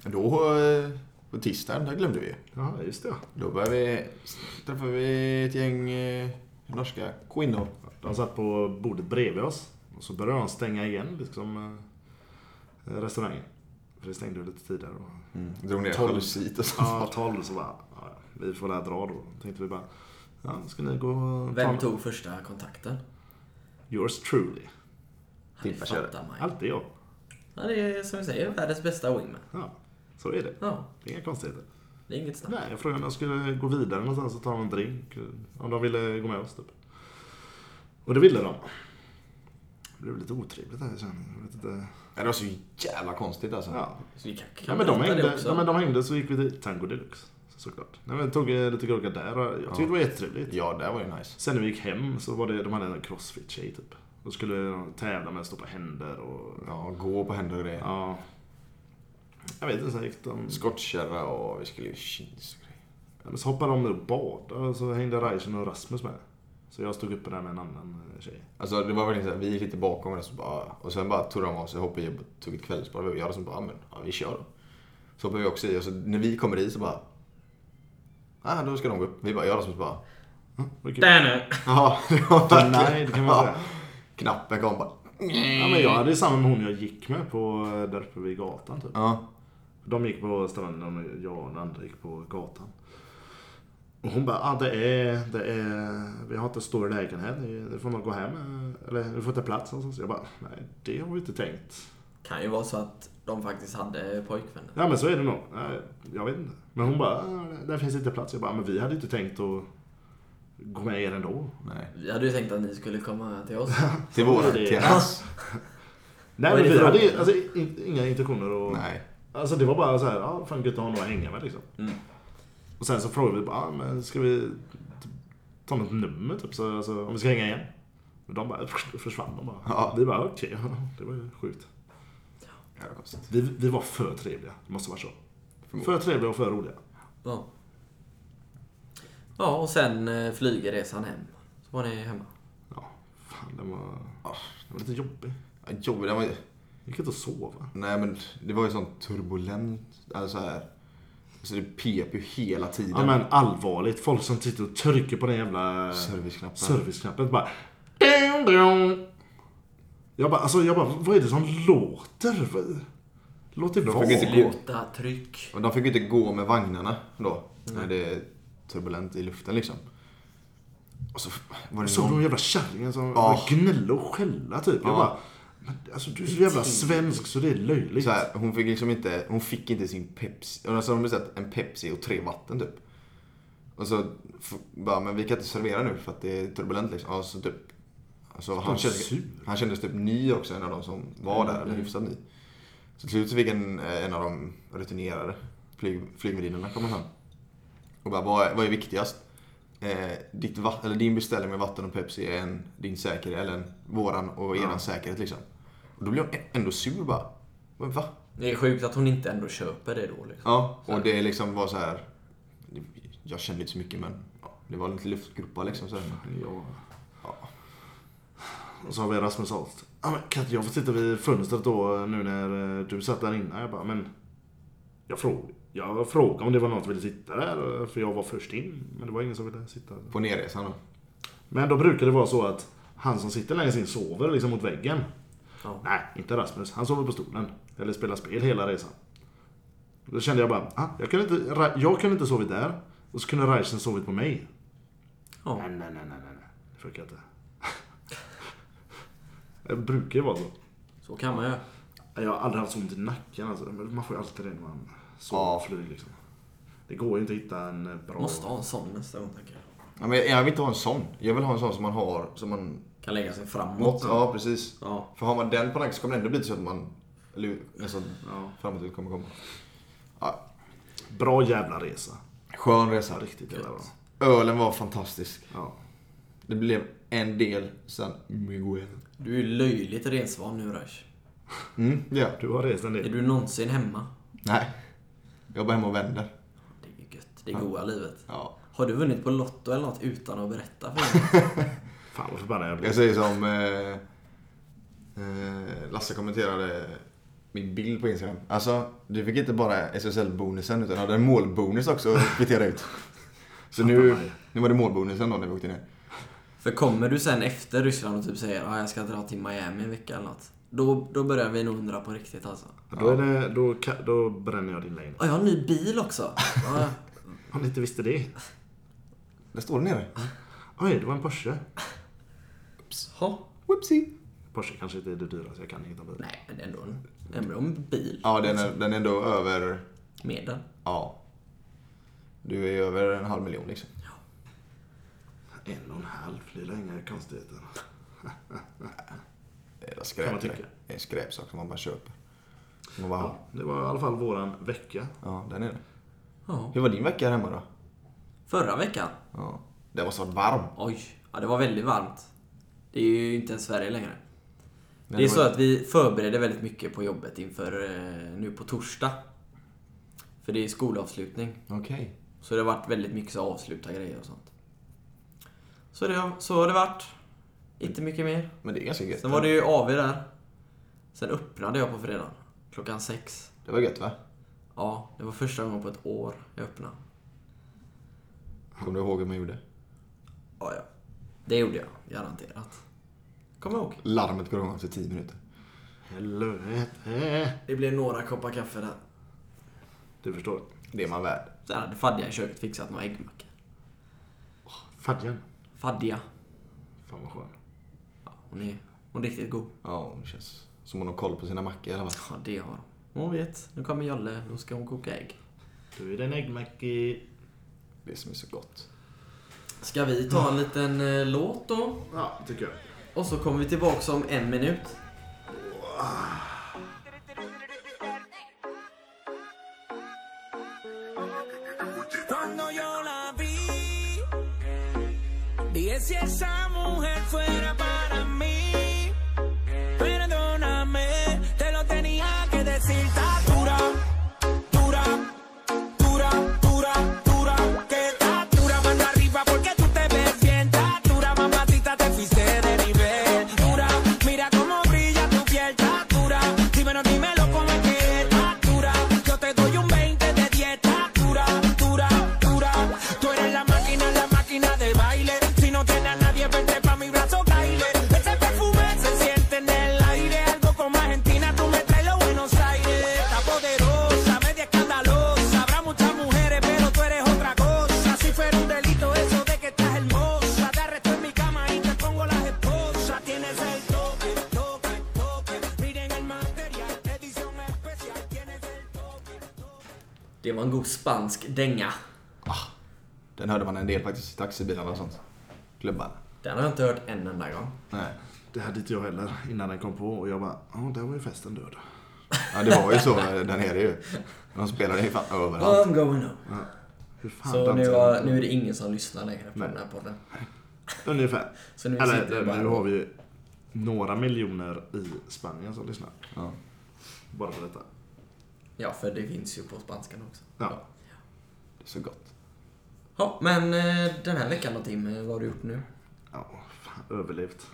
Då, eh, på tisdagen, där glömde vi ju. Ja, just det. Då började vi, träffade vi ett gäng eh, norska kvinnor. De satt på bordet bredvid oss. Och så började de stänga igen liksom, eh, restaurangen. För det stängde ju lite tidigare. då. Mm. Drog ner Tolv. jalusit och sånt. Ja, tolv så bara, ja, vi får väl dra då. Tänkte vi bara, ja, ska ni gå och ta Vem en- tog första kontakten? Yours truly. Han Tippa körde. fattar man ju. Alltid jag. Han är som vi säger världens bästa wingman. Ja, så är det. Ja, Det är inga konstigheter. det är inget snack. Nej, jag frågade om jag skulle gå vidare någonstans och ta en drink. eh, Om de ville gå med oss typ. Och det ville de. Det blev lite otrevligt här känner jag. jag. vet inte. Ja, Det var så jävla konstigt alltså. Ja. Så vi kan, kan Ja, men de berätta hängde, också. ja, men de hängde så gick vi till Tango Deluxe. Såklart. Nej, men tog eh, lite groggar där och jag tyckte det var jättetrevligt. Ja, det var ju nice. Sen när vi gick hem så var det, de hade en crossfit-tjej typ. Då skulle de tävla med att stå på händer och... Ja, gå på händer och grejer. Ja. Jag vet inte, så här gick de... Skottkärra och vi skulle ju chins och grejer. Ja, men så hoppade de ner och badade och så hängde Reichen och Rasmus med. Så jag stod uppe där med en annan eh, tjej. Alltså det var verkligen såhär, vi gick lite bakom och så bara, och sen bara tog de av sig, hoppade i och tog ett kvällsbad. Vi hade som bara, ja, men ja, vi kör då. Så hoppade vi också i och så när vi kommer i så bara, ah, då ska de gå upp. Vi bara, jag och Rasmus bara, Vad kul. Där nu! ja, det var verkligen- Nej, det kan man säga. Knappen kom bara. Ja, men jag hade ju samma med hon jag gick med på eh, där uppe vid gatan typ. Ja. De gick på stranden och jag och den andra gick på gatan. Och hon bara, ah, det är, det är, vi har inte stor lägenhet, ni, ni får nog gå hem. eh, Eller ni får inte plats någonstans. Jag bara, nej det har vi inte tänkt. Kan ju vara så att de faktiskt hade pojkvänner. Ja men så är det nog. Nej, jag vet inte. Men hon bara, ah, där finns inte plats. Jag bara, men vi hade inte tänkt att gå med er ändå. Nej. Vi hade ju tänkt att ni skulle komma till oss. Till våran, är det. till hans. Nej Vad är men det vi för hade ju, råd? alltså, in, inga intentioner och... Nej. Alltså det var bara så här, ja fan gött att ha några att hänga med liksom. Mm. Och sen så frågade vi bara, ah, men ska vi t- ta något nummer typ, så, alltså, om vi ska hänga igen? Och de bara försvann. De bara. Ja. Vi bara okej, ja, det var ju sjukt. Ja, det var konstigt. Vi, vi var för trevliga, det måste vara så. För trevliga och för roliga. Ja. Ja, och sen eh, flyger resan hem. Så var ni hemma. Ja, fan den var, Ja. den var lite jobbig. Ja, Jobbigt, det var ju... Gick inte att sova. Nej men det var ju sån turbulent, alltså så här. Alltså det pep ju hela tiden. Ja men allvarligt, folk som sitter och trycker på den jävla Serviceknappen. serviceknappen bara... Ding, dong. Jag bara, alltså jag bara, vad är det som låter? Vad- Låter typ De vad? fick inte- går. Sluta tryck! Och de fick ju inte gå med vagnarna då. När det är turbulent i luften liksom. Och så var det Såg någon... de jävla kärringen som Ja. gnällde och skälla typ. Jag Ja. bara, men alltså du är så jävla svensk så det är löjligt. Så här, hon fick liksom inte, hon fick inte sin Pepsi. Alltså hon beställt en Pepsi och tre vatten typ. Och så f- bara, men vi kan inte servera nu för att det är turbulent liksom. Ja, så typ. Alltså, han, kändes, sur. Mm. han kändes typ ny också, en av de som var där, eller hyfsat ny. Så till slut så fick en, eh, en av de rutinerade flyg, flygvärdinnorna komma fram. Och bara, vad är, vad är viktigast? Eh, ditt, va- eller din beställning med vatten och Pepsi är en, din säkerhet, eller en, våran och eran Ja. säkerhet liksom. Och då blir hon ä- ändå sur bara. Men va? Det är sjukt att hon inte ändå köper det då. Liksom. Ja, och det liksom var så här. Jag kände inte så mycket men ja, det var lite luftgropa liksom. Så här. Ja. Ja. Och så har vi Rasmus Ahlst. Ja, men Kan inte jag få sitta vid fönstret då nu när eh, du satt där inne? Jag bara, men jag frågade, jag frågade om det var någon som ville sitta där, eh, för jag var först in. Men det var ingen som ville sitta. På nerresan då. Men då brukar det vara så att han som sitter längst in sover liksom mot väggen. Ja. Nej, inte Rasmus. Han sover på stolen. Eller spelar spel hela resan. Då kände jag bara, ah, jag kunde inte, Ra- jag kunde inte sovit där. Och så kunde Reichen sovit på mig. Ja. Nej, nej, nej, nej, nej. nej. Det funkar inte. det brukar ju vara så. Så kan man ju. Jag har aldrig haft så ont i nacken alltså. Men Man får ju alltid det när man Ja. sover och flyg liksom. Det går ju inte att hitta en eh, bra... Måste ha en sån nästa gång, tänker jag. Ja, men jag- jag vill inte ha en sån. Jag vill ha en sån som man har, som man... Kan lägga sig framåt. Mått, ja, precis. Ja. För har man den på nacken så kommer det ändå bli så att man... Eller nästan Ja. framåt ut kommer komma. Bra jävla resa. Skön resa. Riktigt jävla bra. Ölen var fantastisk. Ja. Det Det blev en del San Miguel. Du är ju löjligt resvan nu Raj. Mm, ja. Du har rest en Är del. du någonsin hemma? Nej. Jag bara hemma och vänder. Det är ju gött. Det är goa livet. Ja. Har du vunnit på Lotto eller något utan att berätta för mig? Fan vad förbannad jag blev. Jag säger som eh, eh, Lasse kommenterade min bild på Instagram. Alltså, du fick inte bara SSL-bonusen utan du hade en målbonus också att kvittera ut. Så nu, nu var det målbonusen då när vi åkte ner. För kommer du sen efter Ryssland och typ säger att ah, jag ska dra till Miami en vecka eller något. Då, då börjar vi nog undra på riktigt alltså. Då, är det, då, ka- då bränner jag din lägenhet. Ah, jag har en ny bil också! Ah, Om ni inte visste det. Där står den nere. Oj, det var en Porsche. ha. Whoopsie. Porsche kanske inte är det dyraste jag kan hitta på. Nej, men det är ändå en, ändå en bil. Ja, den är, den är ändå över... Med den. Ja. Du är över en halv miljon liksom. En och en halv, det är inga konstigheter. Det är Kan skräp. man tycka. Det är en skräpsak som man bara köper. Man bara, Ja, det var i alla fall våran vecka. ja, den är det. Ja. Hur var din vecka här hemma då? Förra veckan? Ja. Det var så varm. Oj. Ja, det var väldigt varmt. Det är ju inte ens Sverige längre. Det det är var- så att vi förbereder väldigt mycket på jobbet inför eh, nu på torsdag. För det är skolavslutning. Okej. Så det har varit väldigt mycket så avsluta grejer och sånt. Så, det, har- så har det varit. Inte mycket mer. Men det är ganska gött. Sen var det ju AV där. Sen öppnade jag på fredagen. Klockan sex. Det var gött va? Ja, det var första gången på ett år jag öppnade. Kommer du ihåg hur man gjorde? Ja, ja. Det gjorde jag. Garanterat. Kom ihåg. Larmet går igång efter 10 minuter. Helvete. Det blev några koppar kaffe där. Du förstår. Det är man värd. Sen hade Fadja i köket fixat några äggmackor. Fadjan. Fadja. Fan vad skön. Ja, hon, är, hon är riktigt god. Ja, det känns som hon har koll på sina mackor i alla fall. Ja, det har hon. Hon vet. Nu kommer Jolle. Nu ska hon koka ägg. Du är den äggmacki. Det som är så gott. Ska vi ta en liten eh, låt då? Ja, tycker jag. Och så kommer vi tillbaks om en minut. Cuando yo la vi, dije si esa mujer fuera para mí, perdóname, te lo tenía que decir, está dura, dura, dura, dura, dura, que está dura, mano arriba porque tú te ves bien, está dura, mamacita, te fuiste de nivel, dura, mira cómo brilla tu piel, está dura, dímelo, dímelo cómo es que está dura, yo te doy un 20 de 10, está dura, dura, dura, tú eres la máquina, la máquina de baile, si no tienes a nadie, vente pa' mi brazo, baile, ese perfume se siente en el aire, algo como Argentina, tú me traes los Buenos Aires, está poderosa, media escandalosa, habrá muchas mujeres, pero tú eres otra cosa, si fuera un delito eso de que estás hermosa, te arresto en mi cama y te pongo las esposas, tienes el toque, toque, toque, miren el material, edición especial, tienes el toque. Det var en god spansk dänga. Den hörde man en del faktiskt i taxibilarna och sånt. Klubbarna. Den har jag inte hört en enda gång. Nej. Det hade inte jag heller innan den kom på och jag bara, ja där var ju festen död. Ja, det var ju så eh, där nere ju. De spelade ju fan överallt. I'm going home. Hur fan Så nu, dansar har, man? nu är det ingen som lyssnar längre på Nej. den här podden. Ungefär. Så nu Eller eh, sitter det nu bara- har vi ju några miljoner i Spanien som lyssnar. Ja. Bara för detta. Ja, för det finns ju på spanskan också. Ja. Det är så gott. Ja, men eh, den här veckan då Tim, eh, vad har du gjort nu? ja fan, överlevt.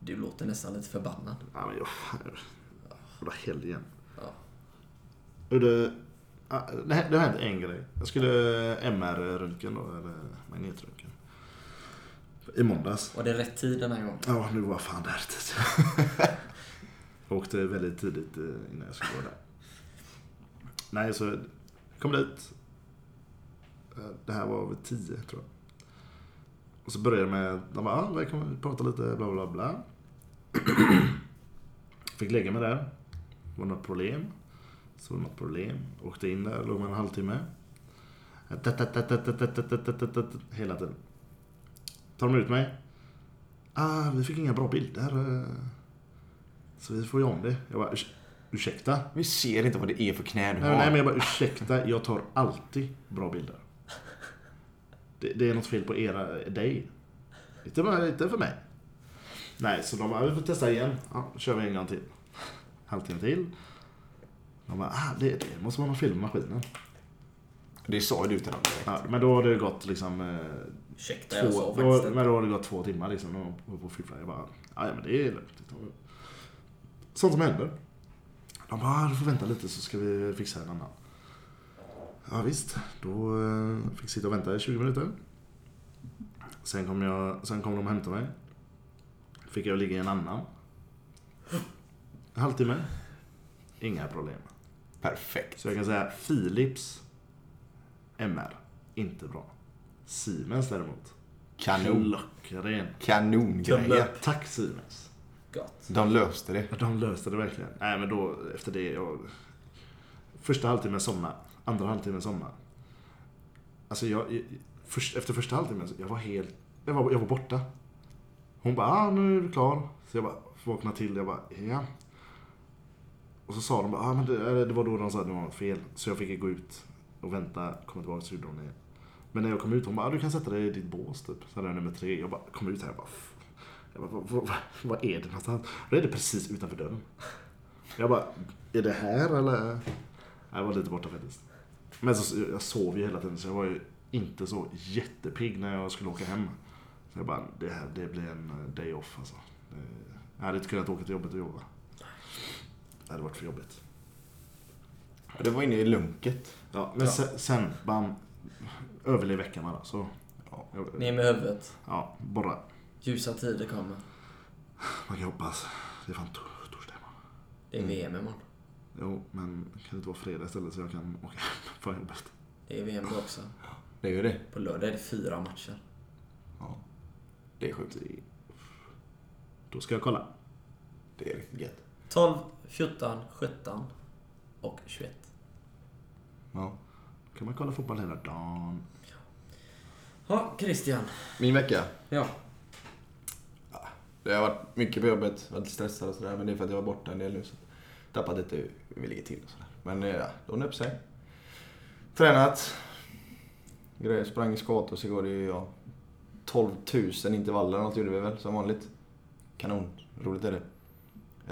Du låter nästan lite förbannad. Ja men jag... fan, Jävla helgen. Ja. Och det, ja, det, hä- det har hänt en grej. Jag skulle MR-röntgen då, eller magnetröntgen. I måndags. Var det rätt tid den här gången? Ja, nu var fan där tid. jag åkte väldigt tidigt eh, innan jag skulle vara där. Nej, så jag kom dit. Eh, Det här var vid tio, tror jag. Och så började jag med, de bara, ah, välkommen, prata lite, bla bla bla. Fick lägga mig där. Det var något problem. Så var det något problem. Åkte in där, låg man en halvtimme. Eh, Hela tiden. Tar de ut mig? Ah, vi fick inga bra bilder. eh. Så vi får ju om det. Jag bara, "Ursä- ursäkta? Vi ser inte vad det är för knä du Nej, nej, men har. jag bara, ursäkta, jag tar alltid bra bilder. Det, det är något fel på era, dig. Inte, bara- inte för mig. Nej, så de bara, vi får testa igen. Ja, då kör vi en gång till. Halvtimme till. De bara, ah, det, det måste vara någon fel med maskinen. Det sa ju du till dem direkt. Ja, men då har det gått liksom eh, Ursäkta, jag två, sa faktiskt då, det. men då har det gått två timmar liksom och de var på och fifflade. Jag bara, "Ja, ja men det är lugnt. Det tar- Sånt som händer. De bara, "Ah, du får vänta lite så ska vi fixa en annan. Ja visst, då eh, fick jag sitta och vänta i 20 minuter. Sen kom, jag, sen kom de och hämtade mig. Fick jag ligga i en annan. En halvtimme. Inga problem. Perfekt. Så jag kan säga Philips MR, inte bra. Siemens däremot, Kanon. klockren. Kanongrejer. Tack Siemens. Gott. De löste det. Ja, De löste det verkligen. Nej men då, efter det, jag... Första halvtimmen somna, andra halvtimmen somna. Alltså jag, jag- först, efter första halvtimmen, så- jag var helt, jag var, jag var borta. Hon bara, ah, nu är du klar. Så jag bara vaknade till, jag bara, ja. Och så sa de bara, ah, men det, eller det var då de sa att det var något fel. Så jag fick gå ut och vänta, komma tillbaka så gjorde hon det igen. Men när jag kom ut, hon bara, ah, du kan sätta dig i ditt bås typ. Så hade jag nummer tre. Jag bara, kom ut här, jag bara, "F-." jag bara vad, vad, vad är det någonstans? Då är det precis utanför dörren. Jag bara, är det här eller? Jag var lite borta faktiskt. Men så, jag sov ju hela tiden så jag var ju inte så jättepigg när jag skulle åka hem. Så jag bara, det här det blir en eh, day off alltså. Det- Jag hade inte kunnat åka till jobbet och jobba. Det hade varit för jobbigt. Ja, Det var inne i lunket. Ja, men se- sen, bam. Överlev veckan bara. Så, ja, Ner med huvudet. ja, borra. Ljusa tider kommer. Man kan hoppas. Det är fan tor- torsdag imorgon. Det är VM imorgon. Jo, men kan det inte vara fredag istället så jag kan åka hem från jobbet? Det är VM då också. Det är ju det. På lördag är det fyra matcher. Det är sjukt. Då ska jag kolla. Det är riktigt gött. 12, 14, 17 och 21. Ja. kan man kolla fotboll hela dagen. Ja, Christian. Min vecka. Ja. Det har varit mycket på jobbet, varit lite stressad och sådär. Men det är för att jag var borta en del nu. Så tappat lite hur vi ligger till och sådär. Men eh, ja, lånade upp sig. Tränat. Grejer, sprang i skott och så går det ju ja, 12 000 intervaller eller något gjorde vi väl som vanligt. Kanon. Roligt är det.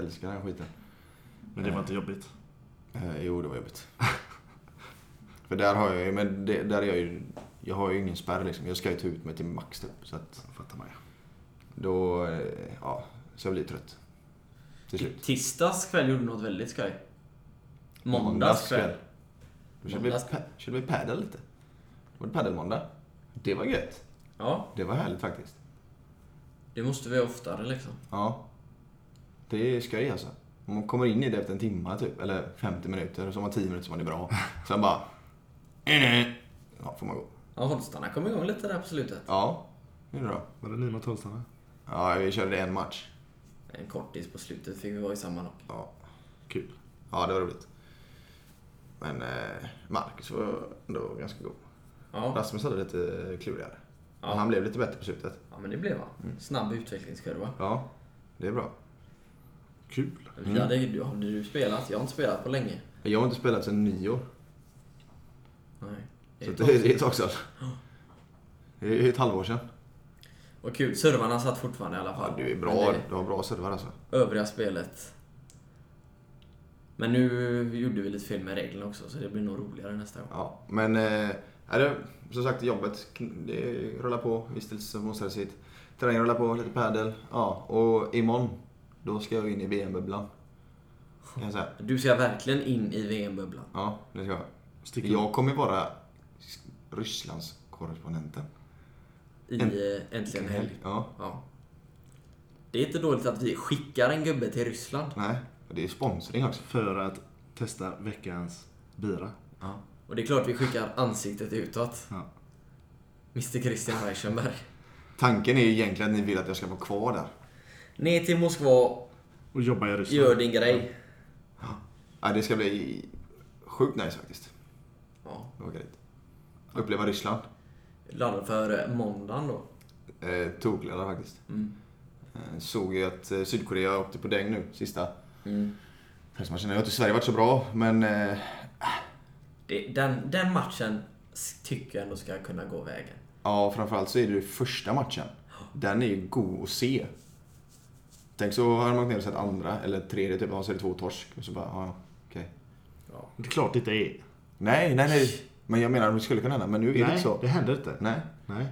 Älskar den här skiten. Men det var inte jobbigt. Eh, jo, det var jobbigt. För där har jag ju, men det, där är jag ju, jag har ju ingen spärr liksom. Jag ska ju ta ut mig till max typ. Så att Jag fattar mig. då, eh, ja, så jag blir trött. Till I slut. tisdags kväll gjorde du något väldigt skoj. Måndags kväll. Då körde vi, Måndags pa- körde vi padel lite. Det var padelmåndag. Det var gött. Ja, Det var härligt faktiskt. det måste vi göra oftare liksom. Ja. Det är skoj alltså. Om man kommer in i det efter en timme typ, eller 50 minuter, och så har man 10 minuter som man är bra. Sen bara... Ja, får man gå. Ja, Holstarna kom igång lite där på slutet. Ja, det är bra. Var det ni mot Holstarna? Ja, vi körde en match. En kortis på slutet fick vi vara i samma lag. Ja, Kul. ja det var roligt. Men eh, Marcus var ändå ganska god. Ja, Rasmus hade lite klurigare. Ja. Men Han Mm. blev lite bättre på slutet. ja men det blev han. Snabb utvecklingskurva. Ja, det är bra. Kul. Vi Hade, du, hade du spelat? Jag har inte spelat på länge. Jag har inte spelat sedan nyår. Nej. Så det är ett tag sedan. Det är ett halvår sedan. Vad kul. Servarna satt fortfarande i alla fall. Ja, du är Men bra. det- Du har bra servar alltså. övriga spelet. Men nu gjorde vi lite fel med reglerna också, så det blir nog roligare nästa gång. Ja, men eh, är det, som sagt jobbet kn- det rullar på. Vistelse måste sitt. Träning rullar på, lite padel. Ja, och imorgon då ska jag in i VM-bubblan. Kan jag säga. Du ska verkligen in i VM-bubblan. Ja, det ska jag. Sticker Jag kommer vara Rysslands korrespondenten. I Änt- eh, Äntligen Mm. helg. Ja, Ja. Det är inte dåligt att vi skickar en gubbe till Ryssland. nej. Det är sponsring också. För att testa veckans bira. Ja. Och det är klart vi skickar ansiktet utåt. Ja. Mr Christian Reichenberg. Tanken är ju egentligen att ni vill att jag ska vara kvar där. Ner till Moskva, Och jobba i Ryssland. gör din grej. Ja, det ska bli sjukt nice faktiskt. Ja. Att åka dit. Uppleva Ryssland. Laddad för eh, måndagen då. Eh, Tokledda faktiskt. Eh, såg ju att eh, Sydkorea åkte på däng nu, sista träningsmatchen. Jag har inte Sverige varit så bra, men eh, Det, den, den matchen s- tycker jag ändå ska kunna gå vägen. ja, framförallt så är det ju första matchen. Den är ju god att se. Tänk så har man åkt ner och sett andra, eller tredje typ, och så är det två torsk. Och så bara, ja, okej. Det är klart det inte är. Nej, nej, nej. Men jag menar, det skulle kunna hända. Men nu är det Nej, inte så. det händer inte. Nej. Nej.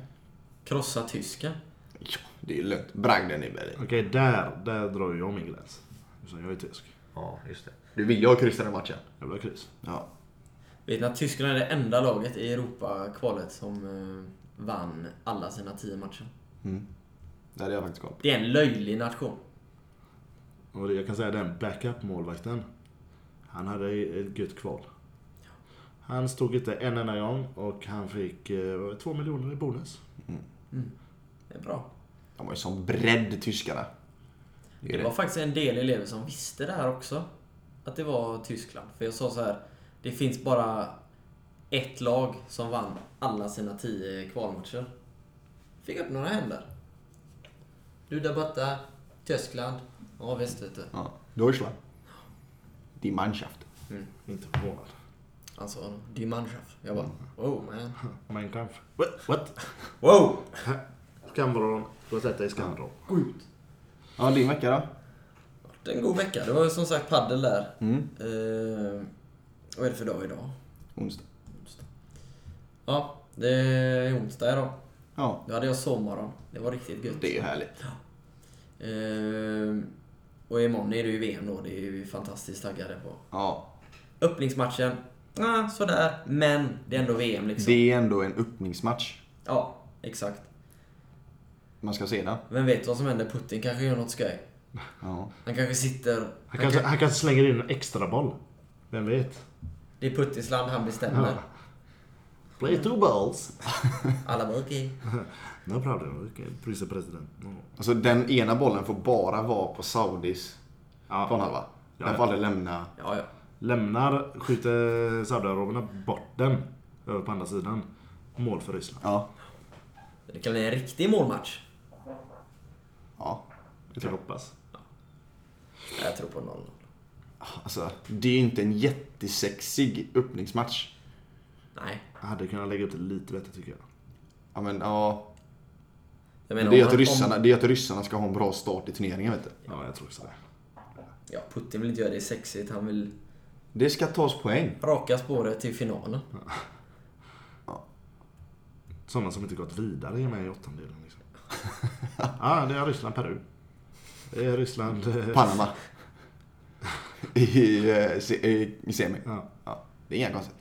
Krossa tysken. Ja, det är lugnt. Bragden är Berlin. Okej, där, där drar jag min gräns. Så jag är tysk. Ja, just det. Du vill jag kryssa den matchen? Jag blir kris. Ja. Vet ni att Tyskland är det enda laget i Europa-kvalet som eh, vann alla sina tio matcher? Det hade jag faktiskt koll på. Det är en löjlig nation. Och det- jag kan säga den backup-målvakten. Han hade ett gött kval. Han stod inte en enda gång och han fick eh, vad var det, två miljoner i bonus. Det är bra. De har ju sån bredd, tyskarna. Det är Det det. var faktiskt en del elever som visste det här också. Att det var Tyskland. För jag sa så här. Det finns bara ett lag som vann alla sina tio kvalmatcher. Fick upp några händer. Du där borta, Tyskland. Ja visst vet du. Ja. Deutschland. Die Mannschaft. Inte förvånad. Han sa Alltså, Die Mannschaft. Jag bara wow man. Mein Kampf. What? What? Wow! Skamvrån. Du har sett det i Skamvrån. Gå ut. Ja, din vecka då? Det är en god vecka. Det var ju som sagt paddel där. Mm. Eh, vad är det för dag idag? Onsdag. Ja, det är onsdag idag. Ja. Då hade jag sovmorgon. Det var riktigt gött. Det är ju härligt. Ehm, och imorgon är det ju VM då. Det är vi fantastiskt taggade på. Ja. Öppningsmatchen, ah, sådär. Men det är ändå VM liksom. Det är ändå en öppningsmatch. Ja, exakt. Man ska se den. Vem vet vad som händer? Putin kanske gör något skoj. Ja. Han kanske sitter... Han Han kanske, kan, han kanske slänger in en extra boll. Vem vet? det är Putins land, han bestämmer. Play two balls. Alla bara okej. No problem. Okay. Vicepresident. No. Alltså den ena bollen får bara vara på Saudis Ja. planhalva. Ja. Den får aldrig lämna. Ja, ja. Lämnar, skjuter Saudiarabierna bort den. Över på andra sidan. Mål för Ryssland. Ja. Det kan bli en riktig målmatch. Ja. Det kan jag hoppas. Jag tror på 0-0. Alltså, det är ju inte en jättesexig öppningsmatch. Nej. Jag hade kunnat lägga upp det lite bättre tycker jag. Ja, men ja. Jag Men det är ju om att han- ryssarna, det är att ryssarna ska ha en bra start i turneringen, vet du. Ja, jag tror också det. Ja, Putin vill inte göra det sexigt. Han vill Det ska tas poäng. raka spåret till finalen. Sådana som inte gått vidare är med i åttondelen. Liksom. ja, det är Ryssland-Peru. Det är Ryssland... eh, Panama. I, eh, se- i, I semi. Ja. Ja, det är inga konstigt.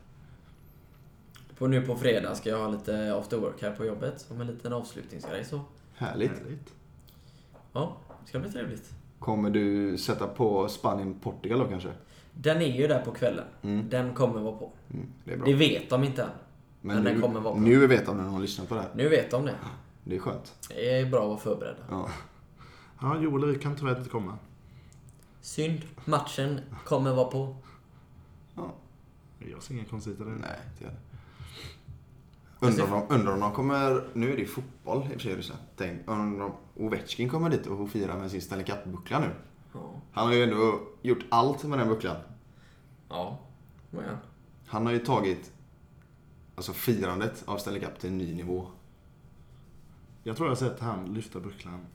På nu på fredag ska jag ha lite after work här på jobbet. Som en liten avslutningsgrej så. Härligt. Härligt. Ja, det ska bli trevligt. Kommer du sätta på Spanien-Portugal då kanske? Den är ju där på kvällen. Den kommer vara på. Mm, det är bra. Det vet de inte än. Men, den nu, kommer vara på. Nu... nu vet jag om någon har lyssnat på det här. vet de det. Det är skönt. Det är bra att vara förberedda. Ja. Ja, Joel vi kan tyvärr inte komma. Synd. Matchen kommer vara på. ja. Jag ser inga konstigheter där. Nej, inte jag. Undrar om, de- undrar om de kommer... Nu är det ju fotboll i och för sig i Ryssland. Tänk, undrar om Ovechkin kommer dit och får fira med sin Stanley Cup-buckla nu. Ja. Han har ju ändå gjort allt med den bucklan. Ja. Nåja. Han har ju tagit alltså firandet av Stanley Cup till en ny nivå. Jag tror jag har sett han lyfta bucklan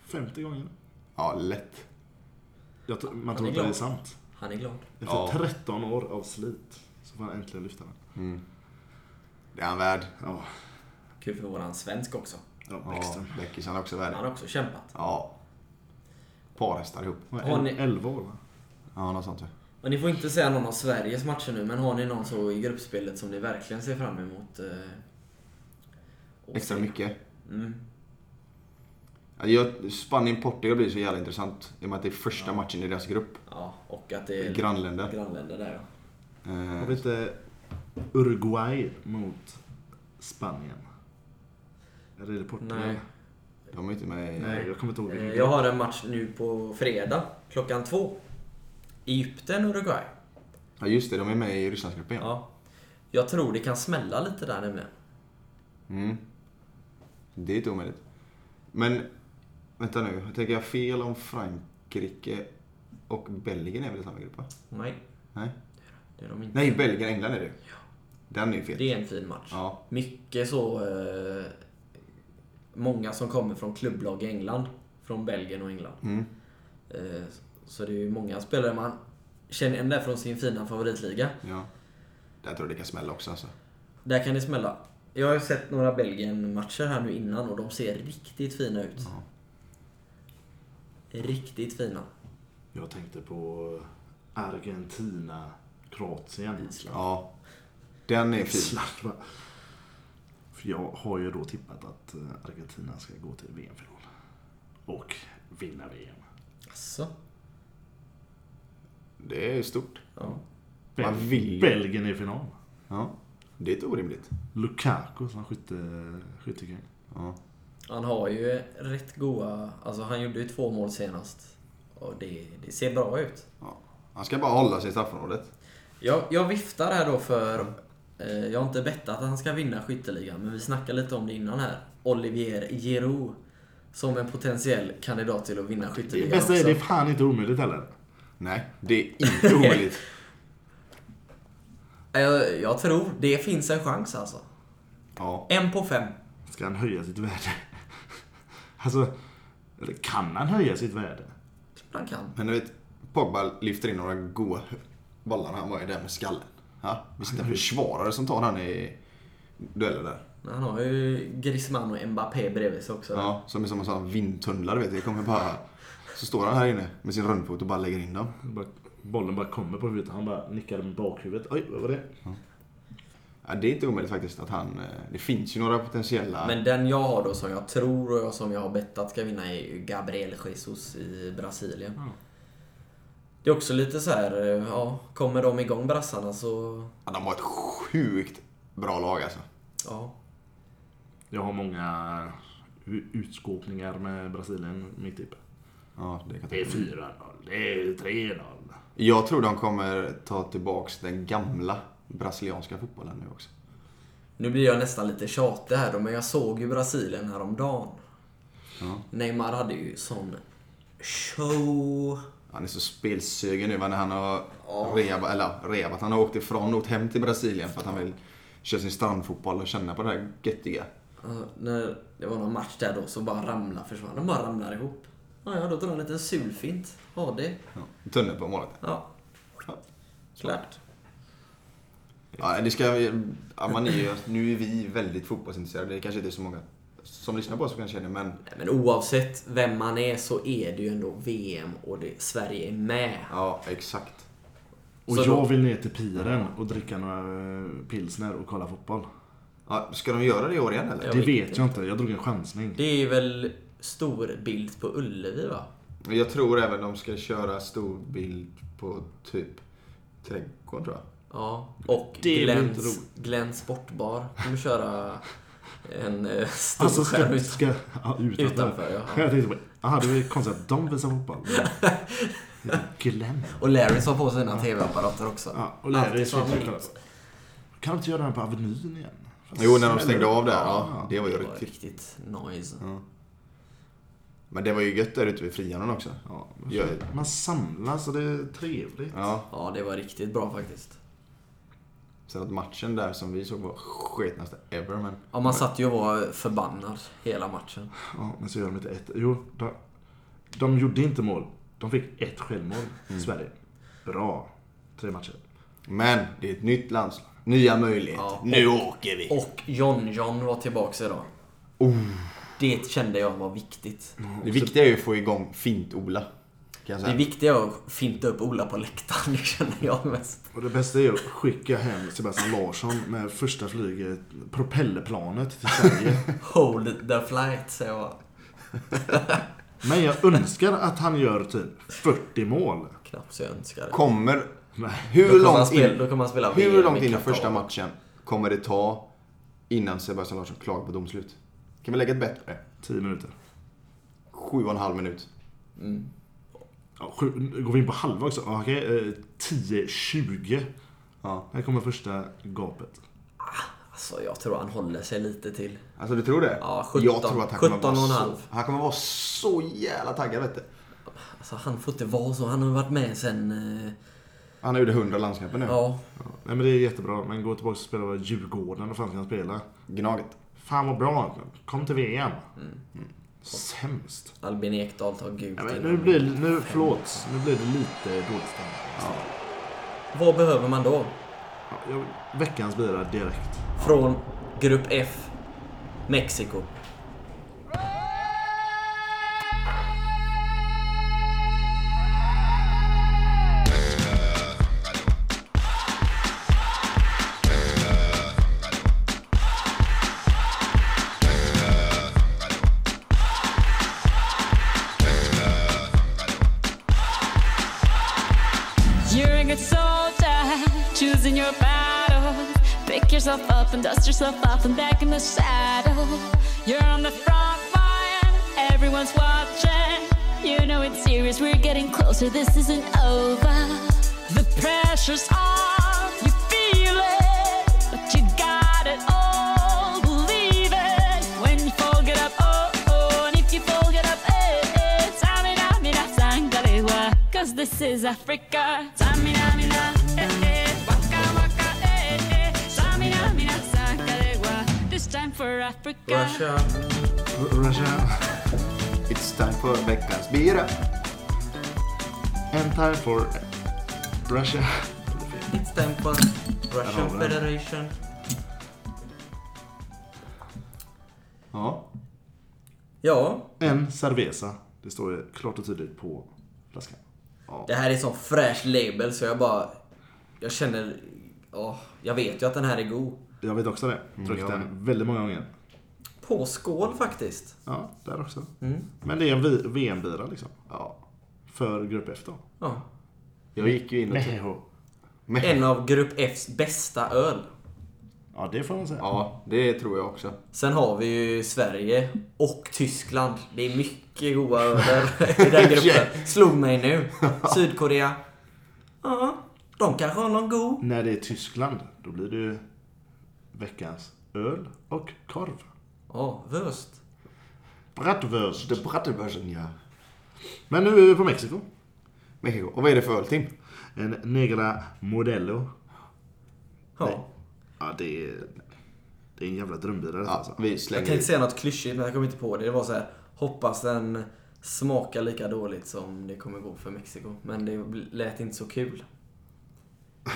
50 gånger. Ja, lätt. Jag tror, man är tror inte det är glad. sant. Han är glad. Efter Ja. 13 år av slit så får han äntligen lyfta den. Det är han värd. Ja, Kul för våran svensk också. ja Ja, Bäckström. Beckis han är också värd. Han har också kämpat. Ja. Parhästar ihop. Ja. Har ni- 11 år va? Ja, något sånt. ja. Och ni får inte säga någon av Sveriges matcher nu, men har ni någon så i gruppspelet som ni verkligen ser fram emot? Eh, och Extra se? mycket. Mm. Ja, jag- Spanien-Portugal blir så jävla intressant. I och med att det är första matchen i deras grupp. Ja, och att det är Grannländer. grannländer där ja. Eh, Har vi inte Uruguay mot Spanien? Eller är det Portugal? Nej. De är inte med i... Nej, jag kommer inte ihåg Eh, vilken. Jag har en match nu på fredag klockan två. Egypten, Uruguay. Ja just det, de är med i Rysslandsgruppen ja. Ja. Jag tror det kan smälla lite där nu med. Mm. Det är inte omöjligt. Men vänta nu, tänker jag fel om Frankrike och Belgien är väl i samma grupp va? Nej, Nej? det är de inte. Nej, Belgien och England är det ju. Den är ju fet. Det är en fin match. Ja. Mycket så eh, många som kommer från klubblag i England. Från Belgien och England. Mm. Eh, Så det är ju många spelare man känner igen där från sin fina favoritliga. Ja. Där tror jag det kan smälla också alltså. Där kan det smälla. Jag har ju sett några Belgien-matcher här nu innan och de ser riktigt fina ut. Ja. Riktigt fina. Jag tänkte på Argentina, Kroatien. Island. Ja. Den är fin. Island. va? För jag har ju då tippat att eh, Argentina ska gå till VM-final. Och vinna VM. Alltså. Det är ju stort. Ja. Bel- Man vill ju. Belgien i final. Ja. Det är inte orimligt. Lukaku som skytte, skyttekung. Ja. Han har ju rätt goa... Alltså han gjorde ju två mål senast. Och det, det ser bra ut. Ja. Han ska bara hålla sig i straffområdet. Jag, jag viftar här då för... Eh, jag har inte bettat att han ska vinna skytteligan, men vi snackade lite om det innan här. Olivier Giroud. Som en potentiell kandidat till att vinna Det skytteligan bästa är, också. Eh, alltså, det är fan inte omöjligt heller. Nej, det är inte omöjligt. Eh, Jag, jag tror det finns en chans alltså. Ja. En på fem. Ska han höja sitt värde? Alltså, eller kan han höja sitt värde? Klart han kan. Men du vet, Pogba lyfter in några goa bollar när han var ju där med skallen. Ja. Visst är det en försvarare som tar han i dueller där. Men Han har ju Griezmann och Mbappé bredvid sig också. Ja, som är som en sån här vindtunnlare vet du. Det kommer bara... Så står han här inne med sin rundfot och bara lägger in dem. Bara, bollen bara kommer på huvudet. Han bara nickar med bakhuvudet. Oj, vad var det? Ja, det är inte omöjligt faktiskt att han... eh, Det finns ju några potentiella... Men den jag har då som jag tror och jag som jag har bettat ska vinna är ju Gabriel Jesus i Brasilien. Mm. Ja. Det är också lite så här, eh, ja, kommer de igång brassarna så, Ja, de har ett sjukt bra lag alltså. ja. Jag har många u- utskåpningar med Brasilien mitt uppe. Ja, det kan jag Det är tänka mig. 4-0, det är 3-0. Jag tror de kommer ta tillbaks den gamla brasilianska fotbollen nu också. Nu blir jag nästan lite tjatig här då, men jag såg ju Brasilien häromdagen. Ja. Neymar hade ju sån show. Han är så spelsugen nu va, när han har rehab, eller, ja, rehabat. Han har åkt ifrån och åkt hem till Brasilien för att han vill köra sin strandfotboll och känna på det här göttiga. Alltså, när det var någon match där då så bara ramla försvann. De bara ramlar ihop. Ja, ja, då drar han en liten sulfint. Ha det. Ja. Tunnel på målet. Ja, Ja. klart. Ja, det ska, ja, man är ju, nu är vi väldigt fotbollsintresserade. Det kanske inte är så många som lyssnar på oss som kanske är det, men Nej, Men oavsett vem man är så är det ju ändå VM och det, Sverige är med. ja, exakt. Och Så jag då- vill ner till piren och dricka några eh, pilsner och kolla fotboll. Ja, ska de göra det i år igen eller? Ja. Jag det vet vet jag inte, jag drog en chansning. Det är väl stor bild på Ullevi va? Jag tror även de ska köra storbild på typ trädgården tror jag. Ja. Och Det blir inte Glens, Glenn Sportbar kommer köra en eh, stor Alltså skärm ska... ut- ska ja, utanför. utanför. Ja. Jag tänkte bara, aha, det var ju konstigt att de visar fotboll. Det är Glenn. Och Larry har på sina TV-apparater också. Ja, och lärare Alltid ska samma. kolla på. Kan de inte göra den på Avenyn igen? Fast Jo, när de snälla. stängde av där. Ja, det var ju Det var riktigt. riktigt noise. Men det var ju gött där ute vid Frihamnen också. Ja, Ja. man samlas och det är trevligt. Ja, Ja, det var riktigt bra faktiskt. sen att matchen där som vi såg var sketnaste ever men... Ja, man satt ju och var förbannad hela matchen. Ja, men så gör de inte ett. Jo, de, de gjorde inte mål. De fick ett självmål, Sverige. Bra. Tre matcher. Men det är ett nytt landslag. Nya möjligheter. Ja. Nu åker vi! Och John John var tillbaka idag. Det kände jag var viktigt. Det viktiga är ju att få igång Fint-Ola. Kan jag Det säga. viktiga är att finta upp Ola på läktaren, det känner jag mest. Och det bästa är att skicka hem Sebastian Larsson med första flyget, propellerplanet till Sverige. Hold the flight, säger jag bara. Men jag önskar att han gör typ 40 mål. Knappt så jag önskar det. Kommer... Nej. Då Hur kommer han långt spela, in... Då kommer han spela VM Hur långt in i Qatar. första matchen kommer det ta innan Sebastian Larsson klagar på domslut? Kan vi lägga ett bett på det? 10 minuter. Sju och en halv minut. Ja, sju, går vi in på halva också? Ja, Okej, eh, 10-20. Ja. Här kommer första gapet. Alltså, jag tror han håller sig lite till. Alltså du tror det? Ja, 17. Jag tror att han kommer 17 och en vara halv. så... Han kommer vara så jävla taggad vet du. Alltså, han får inte vara så. Han har varit med sen... eh, Han gjorde 100 landskamper nu. Ja. Nej men det är jättebra, men gå tillbaka och spela vad Djurgården, vad fan ska han spela? Gnaget. Fan vad bra. Kom till VM. Sämst. Albin Ekdal tar gult. Mm. Ja, men innan. nu blir nu, förlåt, nu blir det lite dålig stämning. Vad behöver man då? Ja, jag, veckans bira direkt. Från Grupp F, Mexiko. You're a good soldier, choosing your battles. Pick yourself up and dust yourself off and back in the saddle. You're on the front line, everyone's watching. You know it's serious, we're getting closer, this isn't over. The pressure's on, you feel it, but you got it all, believe it. When you fall, get up, oh, oh, and if you fall, get up, eh, eh. Tamina, mina, sangalewa, cause this is Africa. Tamina, mina, eh, eh, waka, waka, eh, eh. Tamina, mina, sangalewa, this time for Africa. Russia. Russia. It's time for veckans bira. And time for Russia. It's time for har Russian vi den. Federation. Ja. Ja, En cerveza. Det står ju klart och tydligt på flaskan. det här är sån fräsch label så jag bara... Jag känner... ja, jag vet ju att den här är god. Jag vet också det. Druckit Mm, jag den väldigt många gånger. På skål faktiskt. Ja, där också. Men det är en vi- VM-bira liksom. Mm. Ja. För Grupp F då. Ja. Jag gick ju in och... tog- En av Grupp Fs bästa öl. Ja, det får man säga. Ja, det tror jag också. Sen har vi ju Sverige och Tyskland. Det är mycket goa öler i den gruppen. Slog mig nu. Sydkorea. Ja, de kanske har någon god. När det är Tyskland, då blir det ju veckans öl och korv. Ja, wurst. Bratwurst. The Bratterversion, ja. Men nu är vi på Mexiko. Mexiko. Och vad är det för öl, Tim? En Negra Modelo. Ja. Ja, det är, det är en jävla drömbira detta Ja, alltså. vi Jag slänger tänkte i. säga något klyschigt men jag kom inte på det. Det var så här, hoppas den smakar lika dåligt som det kommer gå för Mexiko. Men det lät inte så kul.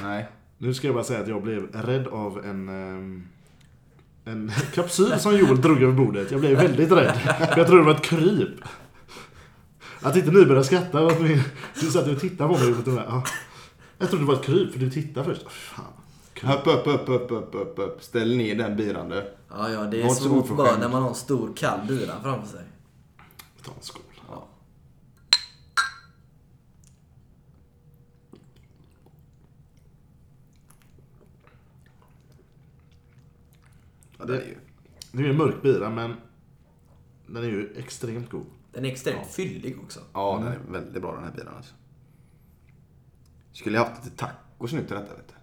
Nej. Nu ska jag bara säga att jag blev rädd av en... ehm, En kapsyl som Joel drog över bordet. Jag blev väldigt rädd. För jag trodde det var ett kryp. Att inte ni började skratta. var att ni- Du satt och tittade på mig. Och bara, ja. Jag trodde det var ett kryp, för du tittade först. Åh, Fan. Upp, upp, upp, upp, upp, upp, upp. Ställ ner den biran du. Ja, ja, det är Var inte så svårt oförskämd. bara när man har en stor kall bira framför sig. Vi tar en skål. Ja, det är ju... Det är en mörk bira, men den är ju extremt god. Den är extremt fyllig också. Ja, den är väldigt bra den här biran alltså. Skulle jag haft lite tacos nu till detta, vet du.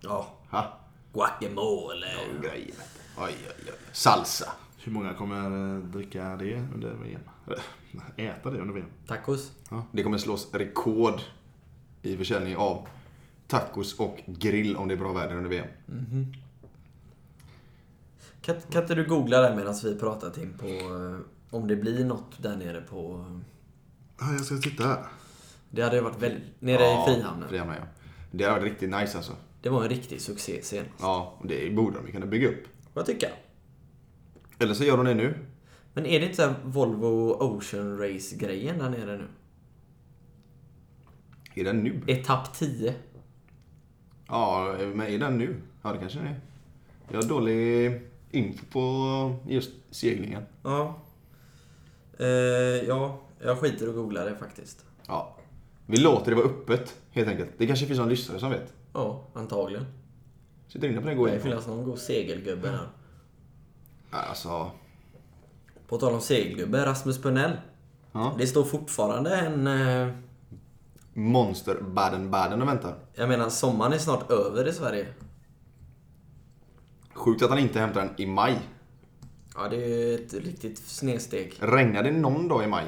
Ja, Ha? guacamole. Och grejer, vet du. Oj, oj, oj. Salsa. Hur många kommer eh, dricka det under VM? Eller, Äta det under VM? Tacos. Det kommer slås rekord i försäljning av tacos och grill om det är bra väder under VM. Kan, kan inte du googla det medan vi pratar Tim på eh, om det blir något där nere på... eh, Ja, jag ska titta här. Det hade ju varit väldigt... Nere i Frihamnen. Frihamnen, ja. Det har varit riktigt nice alltså. Det var en riktig succé senast. Ja, och det borde de ju kunna bygga upp. Vad tycker jag? Eller så gör de det nu. Men är det inte så här Volvo Ocean Race-grejen där nere nu? Är den nu? Etapp 10. Ja, men är den nu? Ja, det kanske den är. Jag har dålig info på just seglingen. Ja. Eh, ja, jag skiter och googlar det faktiskt. Ja. Vi låter det vara öppet, helt enkelt. Det kanske finns någon lyssnare som vet. Ja, antagligen. Sitter inne på den Det goa kan ju infon. finnas någon god segelgubbe där. Alltså, På tal om segelgubbe, Rasmus Pernell. Ja. Det står fortfarande en... eh, monster Baden-Baden och väntar. Jag menar, sommaren är snart över i Sverige. Sjukt att han inte hämtar den i maj. Ja, det är ju ett riktigt snedsteg. Regnade det någon dag i maj?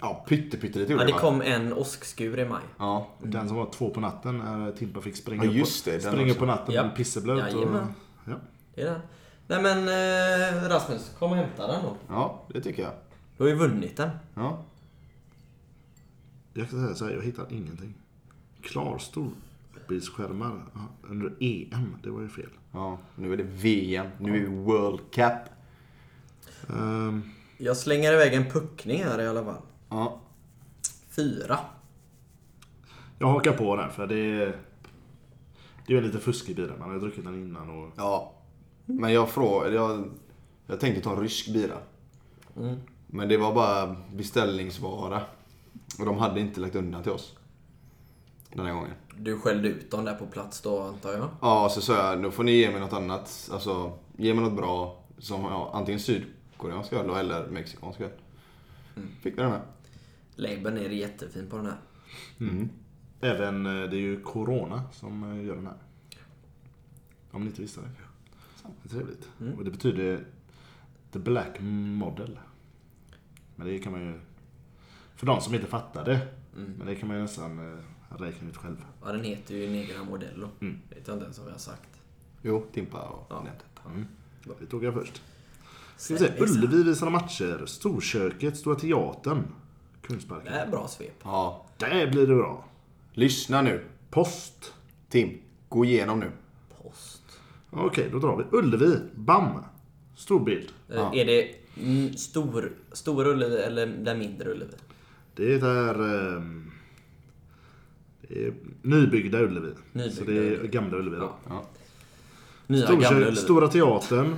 Ja, pytte, pytte lite gjorde Ja, det va? kom en åskskur i maj. Ja. Den som var två på natten när Timpa fick springa Ja, just det, upp, den springa också. upp på natten Ja. och bli pisseblöt. Och, Jajamän. ja. Det Det är den. Nej men eh, Rasmus, kom och hämta den då. Ja, det tycker jag. Du har ju vunnit den. Ja. Jag kan säga så här, jag hittar ingenting. Klarstol. Bilskärmar Aha, under EM, det var ju fel. ja. Nu är det VM. Nu är det World Cup. Ehm, Jag slänger iväg en puckning här i alla fall. Ja. Fyra. jag hakar på den för det är... Det är ju lite fusk i bilen, man har ju druckit den innan och... Ja. Men jag frågade... Jag, jag tänkte ta en rysk bira. Men det var bara beställningsvara. Och de hade inte lagt undan till oss. Den här gången. Du skällde ut dem där på plats då antar jag. Ja, så sa jag, då får ni ge mig något annat. Alltså, ge mig något bra. Som ja, antingen sydkoreansk öl då, eller mexikansk öl. Fick vi den här. Labeln är jättefin på den här. Även, eh, det är ju Corona som eh, gör den här. Om ni inte visste det. Det är trevligt. Och det betyder The Black Model. Men det kan man ju... För de som inte fattar det. Men det kan man ju nästan eh, räkna ut själv. Ja, den heter ju Negra Modello. Mm. Det vet jag inte ens vad jag har sagt. Jo, Timpa och Ja. nämnt detta. Det tog jag först. Ska vi se, Ullevi visar matcher. Storköket, Stora Teatern. Det Kungsparken. är bra svep. Ja. Där blir det bra. Lyssna nu, Post. Tim. Gå igenom nu. Post. Okej, då drar vi. Ullevi, BAM. Storbild. Eh, Är det mm, stor, stor Ullevi eller den mindre Ullevi? Det är... ehm, Det är nybyggda Ullevi. Nybyggda Så det är Ullevi. gamla Ullevi då. Ja. Ja. Nya Storsö- gamla Ullevi. Stora Teatern.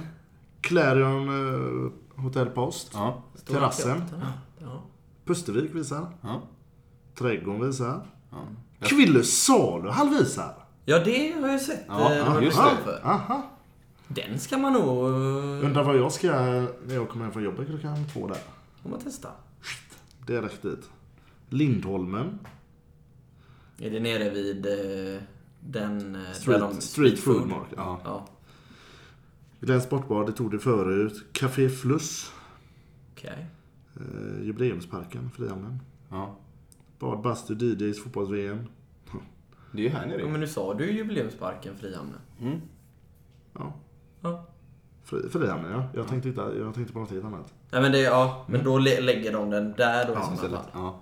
Clarion eh, Hotel Post. Ja. Stora terrassen. teatern, Ja. Pustervik visar. Ja. Trädgården visar. Kville saluhall visar. ja, det har jag sett. Ja, eh, ja, de har just bestämt det. För. Aha. Den ska man nog... eh, Undrar vad jag ska när jag kommer hem från jobbet klockan två där. får man testa. Direkt dit. Lindholmen. Är det nere vid eh, den... eh, Street, där de- street Food Market. Ja. Ja. Glenn Sportbar, det tog det förut. Café Fluss. Okej. Eh, jubileumsparken, Frihamnen. ja. Bad, bastu, DJs, fotbolls-VM. Det är ju här nere. Ja, men nu sa du ju jubileumsparken Frihamnen. Ja. Ja. Fri, Frihamnen ja. Jag tänkte, hitta, jag tänkte på något helt annat. Nej, men det, ja, men då lä- lägger de den där då i Ja, sådana istället. fall. Ja.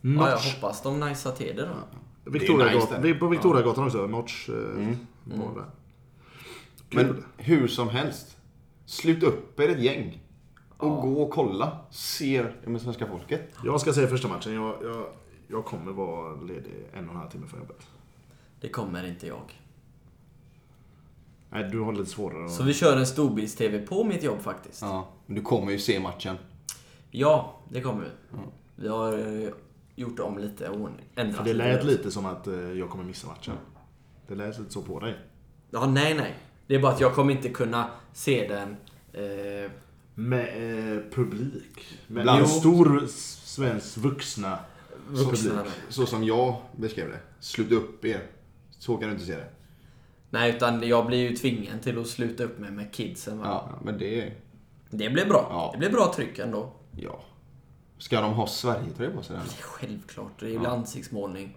Ja, jag Notch. hoppas de najsar till det då. nice Victoriagatan. där. Vi är på Victoriagatan också. Notch. Eh, Var där. Kul. Men hur som helst. Slut upp er ett gäng. Och gå och kolla. Se med svenska folket. Jag ska säga första matchen. Jag, jag, jag kommer vara ledig en och en halv timme från jobbet. Det kommer inte jag. Nej, du har lite svårare. att- Så vi kör en storbilds-TV på mitt jobb faktiskt. Ja, Ja. Men du kommer ju se matchen. det kommer vi. Vi har eh, gjort om lite och ordning- ändrat Det lät lite. lite som att eh, jag kommer missa matchen. Det lät lite så på dig. Ja, nej, nej. Det är bara att jag kommer inte kunna se den... Eh, Med eh, publik. Med Bland- en stor s- svensk vuxna. vuxna. Så som jag beskrev det. Slut upp er. Så kan du inte se det. Nej, utan jag blir ju tvingad till att sluta upp med, med kidsen. Va? Ja, men det... Det blir bra. Ja. Det blir bra tryck ändå. Ja. Ska de ha Sverigetröja på sig? Eller? Självklart. Det är ju ansiktsmålning.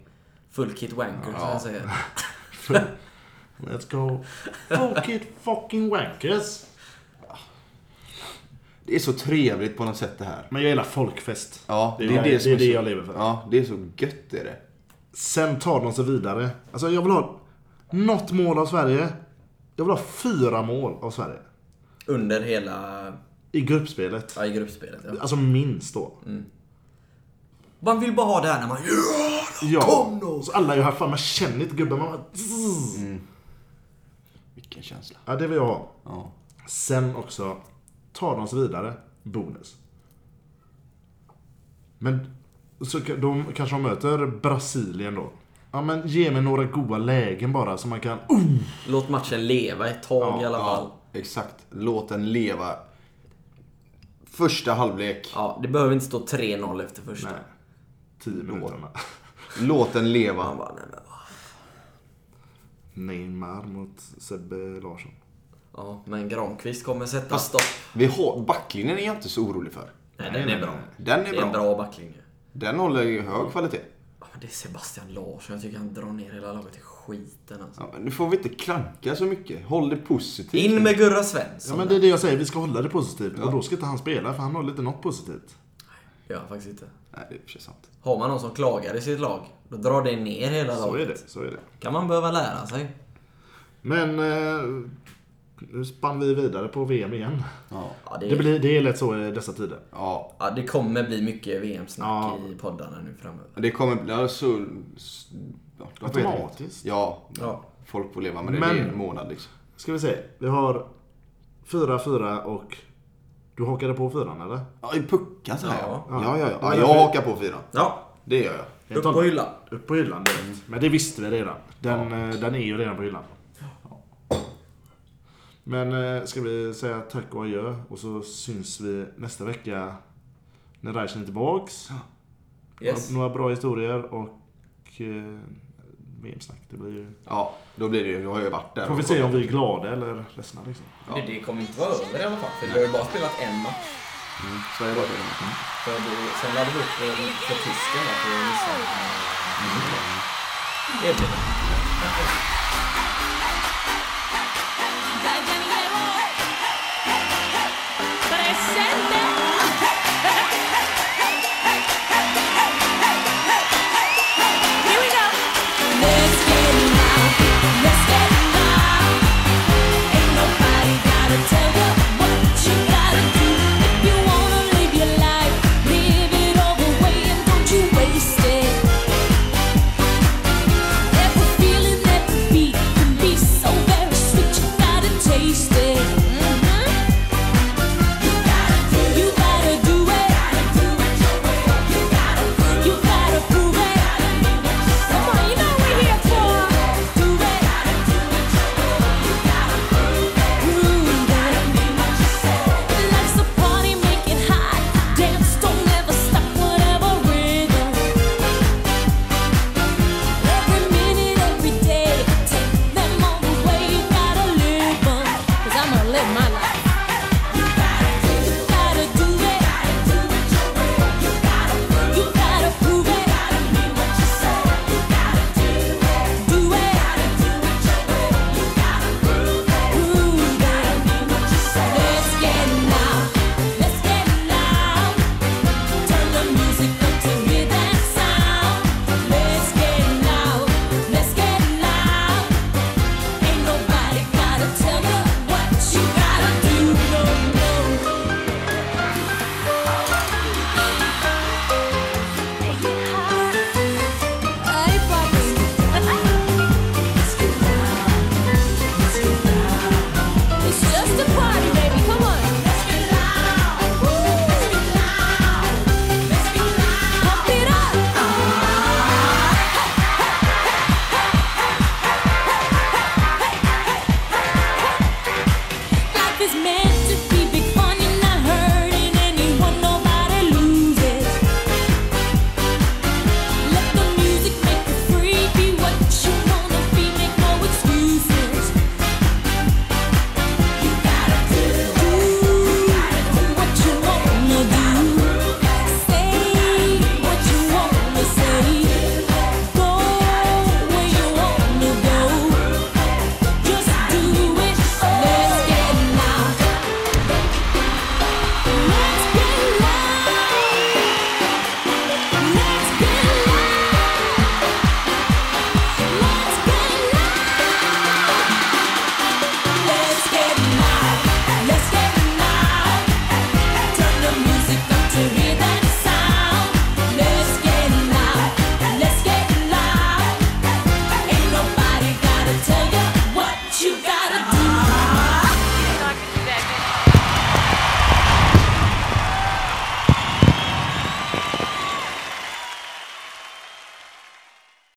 Full kit wanker, som jag säger. Let's go. Fuck it fucking wankers. Det är så trevligt på något sätt det här. Men jag gillar folkfest. Ja, det, är det, som det, är så- det jag lever för. Ja, det är så gött är det. Sen tar de sig vidare. Alltså jag vill ha något mål av Sverige. Jag vill ha fyra mål av Sverige. Under hela... I gruppspelet. Ja, i gruppspelet. Ja. Alltså minst då. Man vill bara ha det här när man... Ja. Så alla jag har fan, man känner inte gubben. Man bara... Vilken känsla. Ja, det vill jag ha. Ja. Sen också, tar de sig vidare, bonus. Men så ka- de, kanske de möter Brasilien då. Ja men ge mig några goda lägen bara så man kan... Oh! Låt matchen leva ett tag i alla fall. Ja, exakt. Låt den leva. Första halvlek. Ja, det behöver inte stå 3-0 efter första. Nej. Tio minuterna. Låt den Man leva. bara, nej men... vad- Neymar mot Sebbe Larsson. Ja, men Granqvist kommer sätta stopp. Vi har, backlinjen är jag inte så orolig för. Nej, den är bra. Den Det är är en bra. bra backlinje. Den håller ju hög kvalitet. Ja, men Det är Sebastian Larsson. Jag tycker han drar ner hela laget till skiten alltså. Ja, men nu får vi inte klanka så mycket. Håll det positivt. In med Gurra Ja Svensson. men det är det jag säger, vi ska hålla det positivt. Och då ska inte han spela för han har lite något positivt. Gör han faktiskt inte. Nej, det är i och för sig sant. Har man någon som klagar i sitt lag, då drar det ner hela Så laget. är det, så är det. kan man behöva lära sig. Men eh, nu spann vi vidare på VM igen. Ja. Ja, det, Det, blir, det är lätt så i dessa tider. ja. ja, det kommer bli mycket VM-snack Ja. i poddarna nu framöver. Det kommer bli... Ja, så... s- Ja, jag vet inte. Automatiskt. Ja. Ja. Folk får leva med det. Men- Det är en månad liksom. Ska vi se, vi har 4-4 och du hakade på fyran eller? Ja, i puckar så här Ja. ja. Ja, ja, ja. ja därför- jag hakar på fyran. Ja, Det gör jag. upp på hyllan. Mm. Upp på hyllan direkt. Men det visste vi redan. Den, eh, den är ju redan på hyllan. Men eh, ska vi säga tack och adjö och så syns vi nästa vecka när Reichen är tillbaks. Yes. Några bra historier och eh, VM-snack. Det blir ju... Ja, då blir det ju... Då har jag ju varit där. Får vi se om vi är glada eller ledsna liksom. Det, det kommer inte vara över i alla fall, för vi har ju bara spelat en match. Sverige bara till För det- Sen laddade vi upp för, för tysken där på midsommar. Mm. Det blir det. Presente. Here we go. Let's get it now. Let's get it now. Ain't nobody gotta tell you what you gotta do. If you wanna live your life, live it all the way and don't you waste it. Every feeling, every beat can be so very sweet. You gotta taste it. hmm you gotta do it. You gotta prove it. Come on, you know we're here for. Do it. Prove it. Life's a party, make it hot. Dance, don't ever stop, whatever rhythm. Every minute, every day, take them all the way. You gotta live 'em. 'Cause I'm gonna live my life. You gotta do it. You gotta prove it. You gotta prove it. You gotta do it. Do it. You gotta prove it. Let's get loud. Let's get loud. Turn the music up to hear that sound. Let's get loud. Let's get loud. Ain't nobody gotta tell you what you gotta do. No, no. I promise. It's just a party, baby. Come on. Let's get loud. Let's get loud. Let's get loud. Pump it up. Life is meant